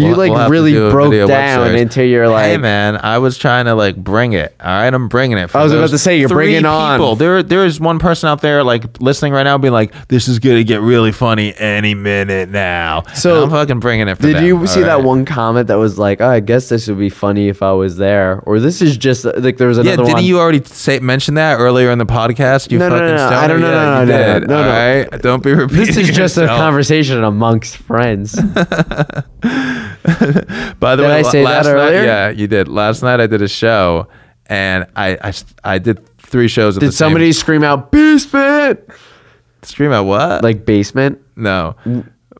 B: You
C: We'll-
B: like
C: we'll have to
B: really
C: do a
B: broke
C: video web
B: down
C: series.
B: until you're like.
C: hey man, I was trying to like bring it. All right, I'm bringing it. For
B: I was about
C: those
B: to say, you're
C: three
B: bringing on-
C: people. There, there is one person out there like listening right now, being like, "This is gonna get really funny any minute now."
B: So,
C: And I'm fucking bringing it. For
B: Did
C: them,
B: you
C: all
B: see
C: right?
B: that one comment that was like, oh, "I guess this would be funny if I was there," or this is just like there was
C: Yeah,
B: another <laughs>
C: didn't
B: one.
C: you already say mention that earlier in the podcast? You
B: No, no,
C: fucking
B: no, no.
C: stoner?
B: I don't- no,
C: Yeah,
B: no, no,
C: you
B: no,
C: did.
B: no,
C: All
B: no.
C: right? Don't be repeating.
B: this is just a
C: yourself.
B: conversation amongst
C: <laughs>
B: friends.
C: By the
B: Did
C: way,
B: I
C: la-
B: say that
C: last night-
B: earlier?
C: yeah, you did. Last night I did a show, and I I, s- I did three shows. At
B: Did somebody scream out "basement"?
C: stream at what?
B: Like basement?
C: no,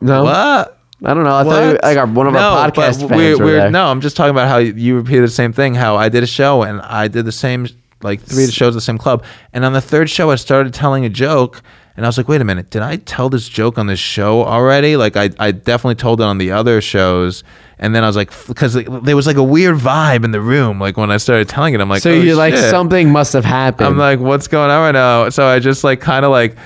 B: No,
C: what?
B: I don't know. I thought you,
C: What?
B: I got one of our
C: No, but
B: podcast fans
C: we're-
B: were
C: we're-
B: there.
C: No, I'm just talking about how you repeated the same thing. How I did a show and I did the same, like three shows at the same club. And on the third show, I started telling a joke, and I was like, "Wait a minute, did I tell this joke on this show already? Like, I, I definitely told it on the other shows." And then I was like, because there was like a weird vibe in the room, like when I started telling it, I'm like,
B: So
C: "Oh,
B: you're like
C: shit."
B: something must have happened.
C: I'm like, what's going on right now? So I just like kind of like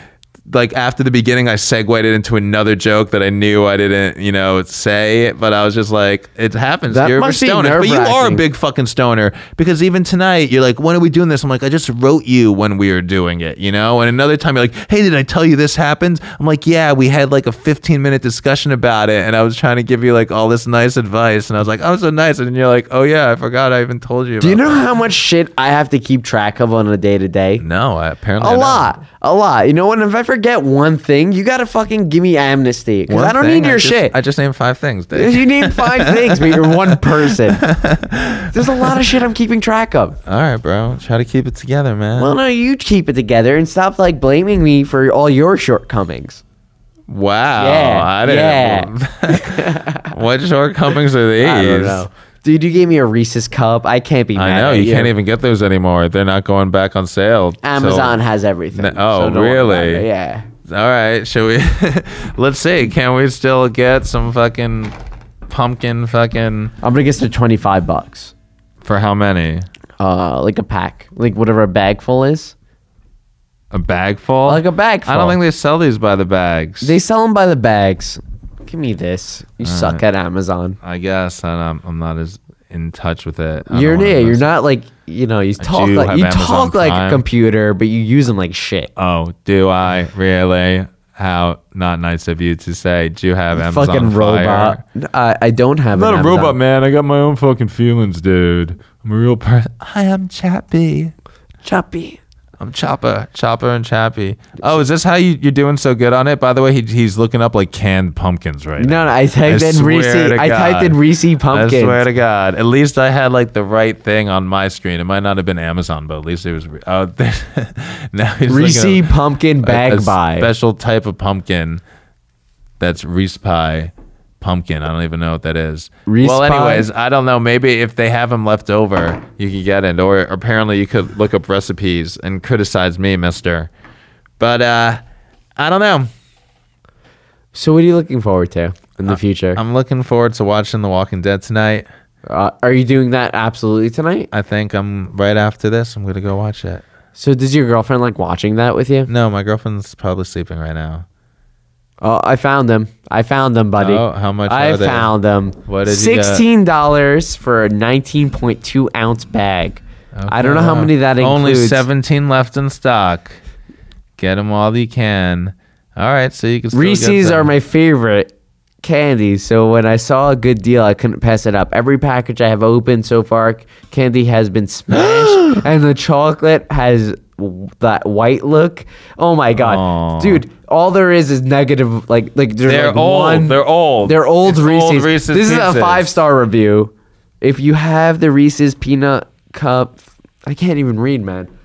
C: like after the beginning, I segued it into another joke that I knew I didn't, you know, say. But I was just like, it happens.
B: That
C: you're
B: must
C: a
B: be
C: stoner, but you are a
B: nerve-wracking.
C: big fucking stoner because even tonight, you're like, when are we doing this? I'm like, I just wrote you when we were doing it, you know. And another time, you're like, hey, did I tell you this happened? I'm like, yeah, we had like a 15 minute discussion about it, and I was trying to give you like all this nice advice, and I was like, I'm so nice, and you're like, oh yeah, I forgot I even told you.
B: Do you
C: about
B: know how much shit I have to keep track of on a day to day?
C: that." No, I, apparently I
B: A
C: don't.
B: lot, a lot. You know what? If I forget one thing, you gotta fucking give me amnesty because
C: One
B: I don't
C: thing,
B: need your
C: just-
B: shit.
C: I just named five things. Dave.
B: <laughs> you need five things, but you're one
C: <laughs>
B: person. There's a lot of shit I'm keeping track of.
C: All right, bro. Try to keep it together, man.
B: Well, no, you keep it together and stop like blaming me for all your shortcomings.
C: wow.
B: Yeah,
C: I didn't.
B: <laughs>
C: <laughs> what shortcomings are these?
B: I don't know, dude. You gave me a Reese's cup. I can't be.
C: I
B: mad
C: know.
B: at
C: You, can't even get those anymore. They're not going back on sale. till-
B: Amazon has everything.
C: No- oh,
B: don't worry about
C: really?
B: it. Yeah.
C: All right. Shall we? <laughs> Let's see. Can we still get some fucking pumpkin fucking
B: I'm gonna guess they're 25 bucks.
C: for how many?
B: Uh, like a pack, like whatever a bag full is.
C: A bag full?
B: Like a bag
C: I don't
B: full.
C: think they sell these by the bags.
B: They sell them by the bags. Give me this. You suck at Amazon.
C: I guess. And I'm, I'm not as in touch with it. I
B: You're
C: don't wanna
B: yeah. You're
C: mess-
B: not like you know. You talk
C: do
B: like
C: have
B: you
C: Amazon
B: talk like
C: Prime.
B: a computer, but you use them like shit.
C: Oh, do I really? How not nice of you to say. Do you have Amazon
B: fucking
C: Fire?
B: robot. I, I don't have.
C: I'm
B: an
C: not a
B: Amazon.
C: robot, man. I got my own fucking feelings, dude. I'm a real person. I am Chappy.
B: Choppy.
C: I'm Chopper, Chopper, and Chappy. Oh, is this how you, you're doing so good on it? By the way, he, he's looking up like canned pumpkins right now.
B: No, no. I typed
C: I
B: in Reese.
C: swear to
B: I typed in
C: God.
B: Reese
C: I
B: pumpkins.
C: swear to God. At least I had like the right thing on my screen. It might not have been Amazon, but at least it was. Re- oh, <laughs> now he's looking
B: Reese
C: up-
B: pumpkin
C: a- a
B: bag buy.
C: special type of pumpkin that's Reese pie pumpkin. I don't even know what that is.
B: Reese
C: well,
B: pie?
C: anyways, I don't know. Maybe if they have them left over, you can get it. Or apparently, you could look up recipes and criticize me, Mister. But uh, I don't know.
B: so, what are you looking forward to in the future?
C: I'm looking forward to watching The Walking Dead tonight.
B: Uh, are you doing that absolutely tonight?
C: I think I'm right after this. I'm gonna go watch it.
B: So, does your girlfriend like watching that with you?
C: No, my girlfriend's probably sleeping right now.
B: Oh, I found them. I found them, buddy.
C: Oh, how much
B: I
C: are they?
B: found them.
C: What did you get?
B: Sixteen dollars for a nineteen point two ounce bag. I don't know how many that includes.
C: Only 17 left in stock. Get them while you can. All right, so you can still get
B: Reese's
C: them.
B: are my favorite candies. So when I saw a good deal, I couldn't pass it up. Every package I have opened so far, candy has been
C: <gasps>
B: smashed, and the chocolate has w- that white look. Oh my god,
C: Aw.
B: dude! All there is is negative. Like like there's
C: They're
B: like
C: old.
B: one-
C: They're old.
B: They're old
C: It's
B: Reese's.
C: Reese's
B: this is
C: Pieces.
B: a five star review. If you have the Reese's peanut cup, I can't even read, man.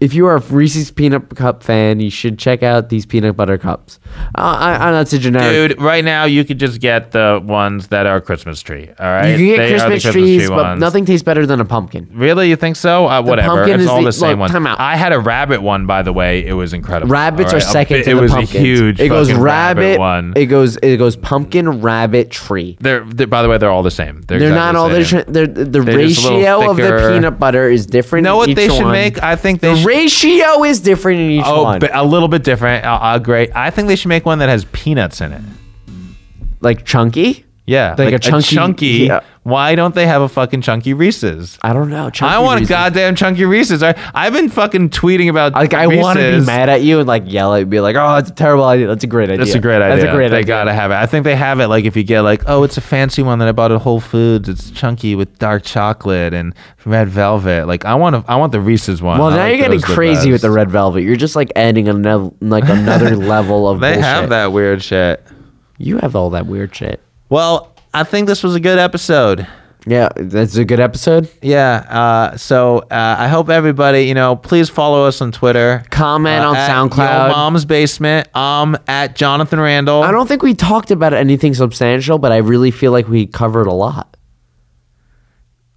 B: If you are a Reese's peanut cup fan, you should check out these peanut butter cups. Uh, I, I know it's a generic.
C: Dude, right now you could just get the ones that are Christmas tree. All right,
B: you can get
C: They are the
B: Christmas,
C: tree
B: trees, but
C: ones.
B: nothing tastes better than a pumpkin.
C: Really, you think so? Uh, whatever.
B: pumpkin
C: It's
B: is
C: all the,
B: the-
C: same
B: look,
C: one.
B: time out.
C: I had a rabbit one, by the way. It was incredible.
B: Rabbits
C: all
B: are
C: right? A
B: second
C: bit-
B: to
C: it
B: the
C: was
B: pumpkins.
C: a huge.
B: It goes
C: fucking
B: rabbit,
C: one.
B: It goes it goes pumpkin rabbit tree.
C: they're, they're by the way, they're all the same. They're,
B: They're
C: exactly
B: not
C: the
B: all they're,
C: same.
B: tr- they're the
C: They're just a little
B: ratio of the
C: thicker.
B: peanut butter is different.
C: know
B: in
C: what they
B: each
C: should
B: one.
C: make? I think they
B: The
C: should.
B: ratio is different in each one.
C: Oh, but a little bit different. Uh, uh, great. I think they should make one that has peanuts in it.
B: like chunky.
C: Yeah,
B: Like a chunky-
C: chunky.
B: yeah.
C: Why don't they have a fucking chunky Reese's?
B: I don't know. Chunky
C: I want
B: Reese's.
C: a goddamn chunky Reese's. I, I've been fucking tweeting about
B: Like I want to be
C: Reese's.
B: mad at you and like yell at you, be like, "Oh, that's a terrible idea. That's a great idea.
C: That's a great idea.
B: That's a great
C: they
B: idea."
C: gotta have it. I think they have it. Like if you get like, oh, it's a fancy one that I bought at Whole Foods. It's chunky with dark chocolate and red velvet. Like I want to. I want the Reese's one.
B: Well,
C: I
B: now
C: like
B: you're getting
C: those
B: crazy with the
C: best.
B: red velvet. You're just like adding another like
C: <laughs>
B: another level of.
C: They
B: bullshit.
C: have that weird shit.
B: You have all that weird shit.
C: Well, I think this was a good episode.
B: Yeah, that's a good episode.
C: Yeah. Uh, so uh, I hope everybody, you know, please follow us on Twitter.
B: Comment
C: uh,
B: on
C: at
B: SoundCloud.
C: Yo Mom's Basement. Um, at Jonathan Randall.
B: I don't think we talked about anything substantial, but I really feel like we covered a lot.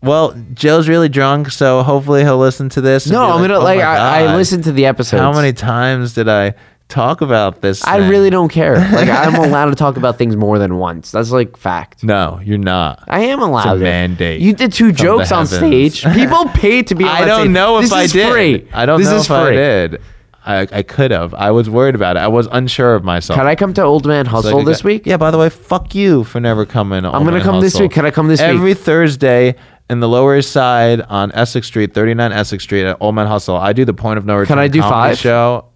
C: Well, Joe's really drunk, so hopefully he'll listen to this. and
B: No,
C: be
B: I'm gonna
C: "Oh
B: like
C: my
B: I, I
C: God,
B: listened to the episode.
C: How many times did I talk about this?
B: I
C: thing?"
B: really don't
C: <laughs>
B: care. Like I'm allowed to talk about things more than once. That's like fact.
C: No, you're not.
B: I am allowed. it.
C: mandate
B: You did two
C: the
B: jokes on
C: heavens. <laughs>
B: stage. People paid to be. On
C: I
B: that
C: don't
B: stage.
C: know if
B: This
C: I
B: is
C: did.
B: Free.
C: I don't
B: this
C: know
B: is
C: if I
B: free.
C: did. I, I could have. I was worried about it. I was unsure of myself.
B: Can I come to Old Man
C: So I
B: Hustle
C: could
B: this
C: go-
B: week?
C: Yeah. By the way, fuck you for never coming. I'm
B: gonna come this week. Can I come this week?
C: Every Thursday in the Lower East Side on Essex Street, 39 Essex Street at Old Man Hustle. I do the Point of No Return.
B: Can I do
C: comedy
B: five?
C: Show.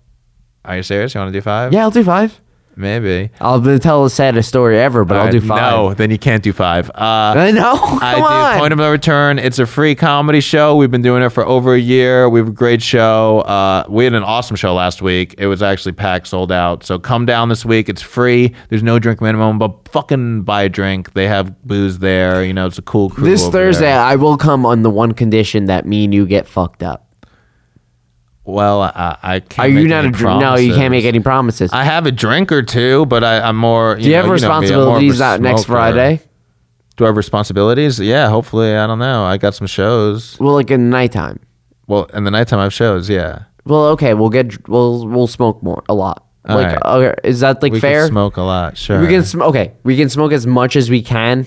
C: Are you serious? You want to do five?
B: Yeah, I'll do five.
C: Maybe.
B: I'll be- tell the saddest story ever, but I'll do five.
C: Uh, No, then you can't do five. Uh,
B: I know. Come
C: <laughs> I
B: on.
C: do Point of No Return. It's a free comedy show. We've been doing it for over a year. We have a great show. Uh, we had an awesome show last week. It was actually packed, sold out. So come down this week. It's free. There's no drink minimum, but fucking buy a drink. They have booze there. You know, it's a cool crew.
B: this
C: over
B: Thursday,
C: there.
B: I will come on the one condition that me and you get fucked up.
C: Well, I, I can't.
B: Are you
C: make
B: not
C: any
B: a dr- no? You
C: promises.
B: can't make any promises.
C: I have a drink or two, but I, I'm more. You
B: do you have
C: know, you know me, I'm more of a
B: responsibilities out next
C: smoker.
B: Friday?
C: Do I have responsibilities? Yeah, hopefully. I don't know. I got some shows.
B: Well, like in the nighttime.
C: Well, in the nighttime, I have shows. Yeah.
B: Well, okay, we'll get dr- we'll we'll smoke more a lot.
C: All
B: like,
C: right.
B: okay, is that like
C: We
B: fair?
C: can smoke a lot. Sure.
B: We can sm- okay. We can smoke as much as we can.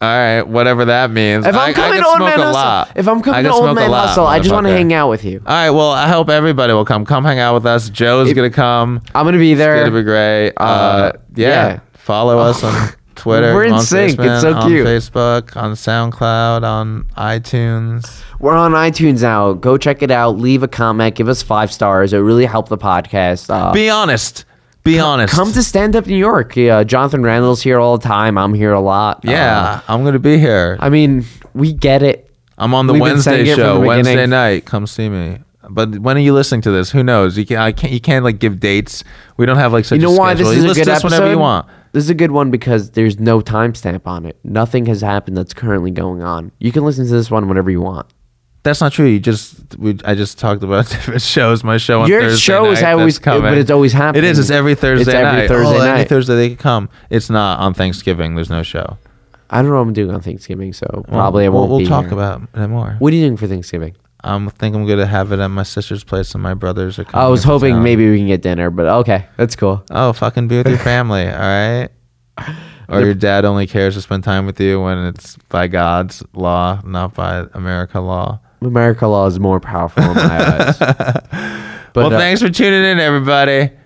C: All right, whatever that means.
B: If I'm coming
C: can
B: to Old
C: smoke
B: Man
C: a
B: Hustle,
C: lot.
B: if I'm coming
C: I can
B: to Old
C: smoke a
B: Man
C: lot,
B: Hustle, I just want to
C: motherfucker.
B: hang out with you.
C: All right, well, I hope everybody will come. Come hang out with us. Joe's gonna come.
B: I'm gonna be there.
C: It'll be great. Uh, yeah.
B: yeah.
C: follow
B: <laughs>
C: us on Twitter.
B: We're in
C: on
B: sync. It's
C: Facebook,
B: so
C: on
B: cute.
C: Facebook, on SoundCloud, on iTunes.
B: We're on iTunes now. Go check it out. Leave a comment. Give us five stars. It really helped the podcast. Uh,
C: Be honest. Be honest.
B: come to Stand Up New York. Yeah, Jonathan Randall's here all the time. I'm here a lot. Uh,
C: yeah, I'm gonna be here.
B: I mean, we get it.
C: I'm on the
B: We've been
C: Wednesday
B: saying it from the
C: show. Wednesday
B: beginning.
C: night, come see me. But when are you listening to this? Who knows? You can I can't you can't like give dates. We don't have like such
B: You know
C: a
B: why this
C: schedule.
B: is a
C: you listen
B: good
C: to this
B: episode?
C: whenever you want.
B: This is a good one because there's no timestamp on it. Nothing has happened that's currently going on. You can listen to this one whenever you want.
C: That's not true. You just we I just talked about <laughs> different shows. My show on
B: Your
C: Thursday
B: show is
C: night that's
B: always-
C: coming.
B: but it's always happening.
C: It is. It's every Thursday.
B: It's every
C: night.
B: Thursday
C: oh, Every
B: night.
C: Thursday they can come. It's not on Thanksgiving. There's no show.
B: I don't know what I'm doing on Thanksgiving, so probably I
C: We'll-
B: won't
C: We'll,
B: be
C: talk
B: here.
C: about that more.
B: What are you doing for
C: <laughs>
B: Thanksgiving?
C: I um, think I'm gonna have it at my sister's place, and my brothers are. coming
B: I was
C: into
B: hoping
C: town.
B: maybe we can get dinner, but okay, that's cool.
C: Oh, fucking be with
B: <laughs>
C: your family, all right? Or your dad only cares to spend time with you when it's by God's law, not by
B: <laughs>
C: America law. <laughs>
B: America law is more powerful in my eyes. But
C: well,
B: uh,
C: thanks for tuning in, everybody.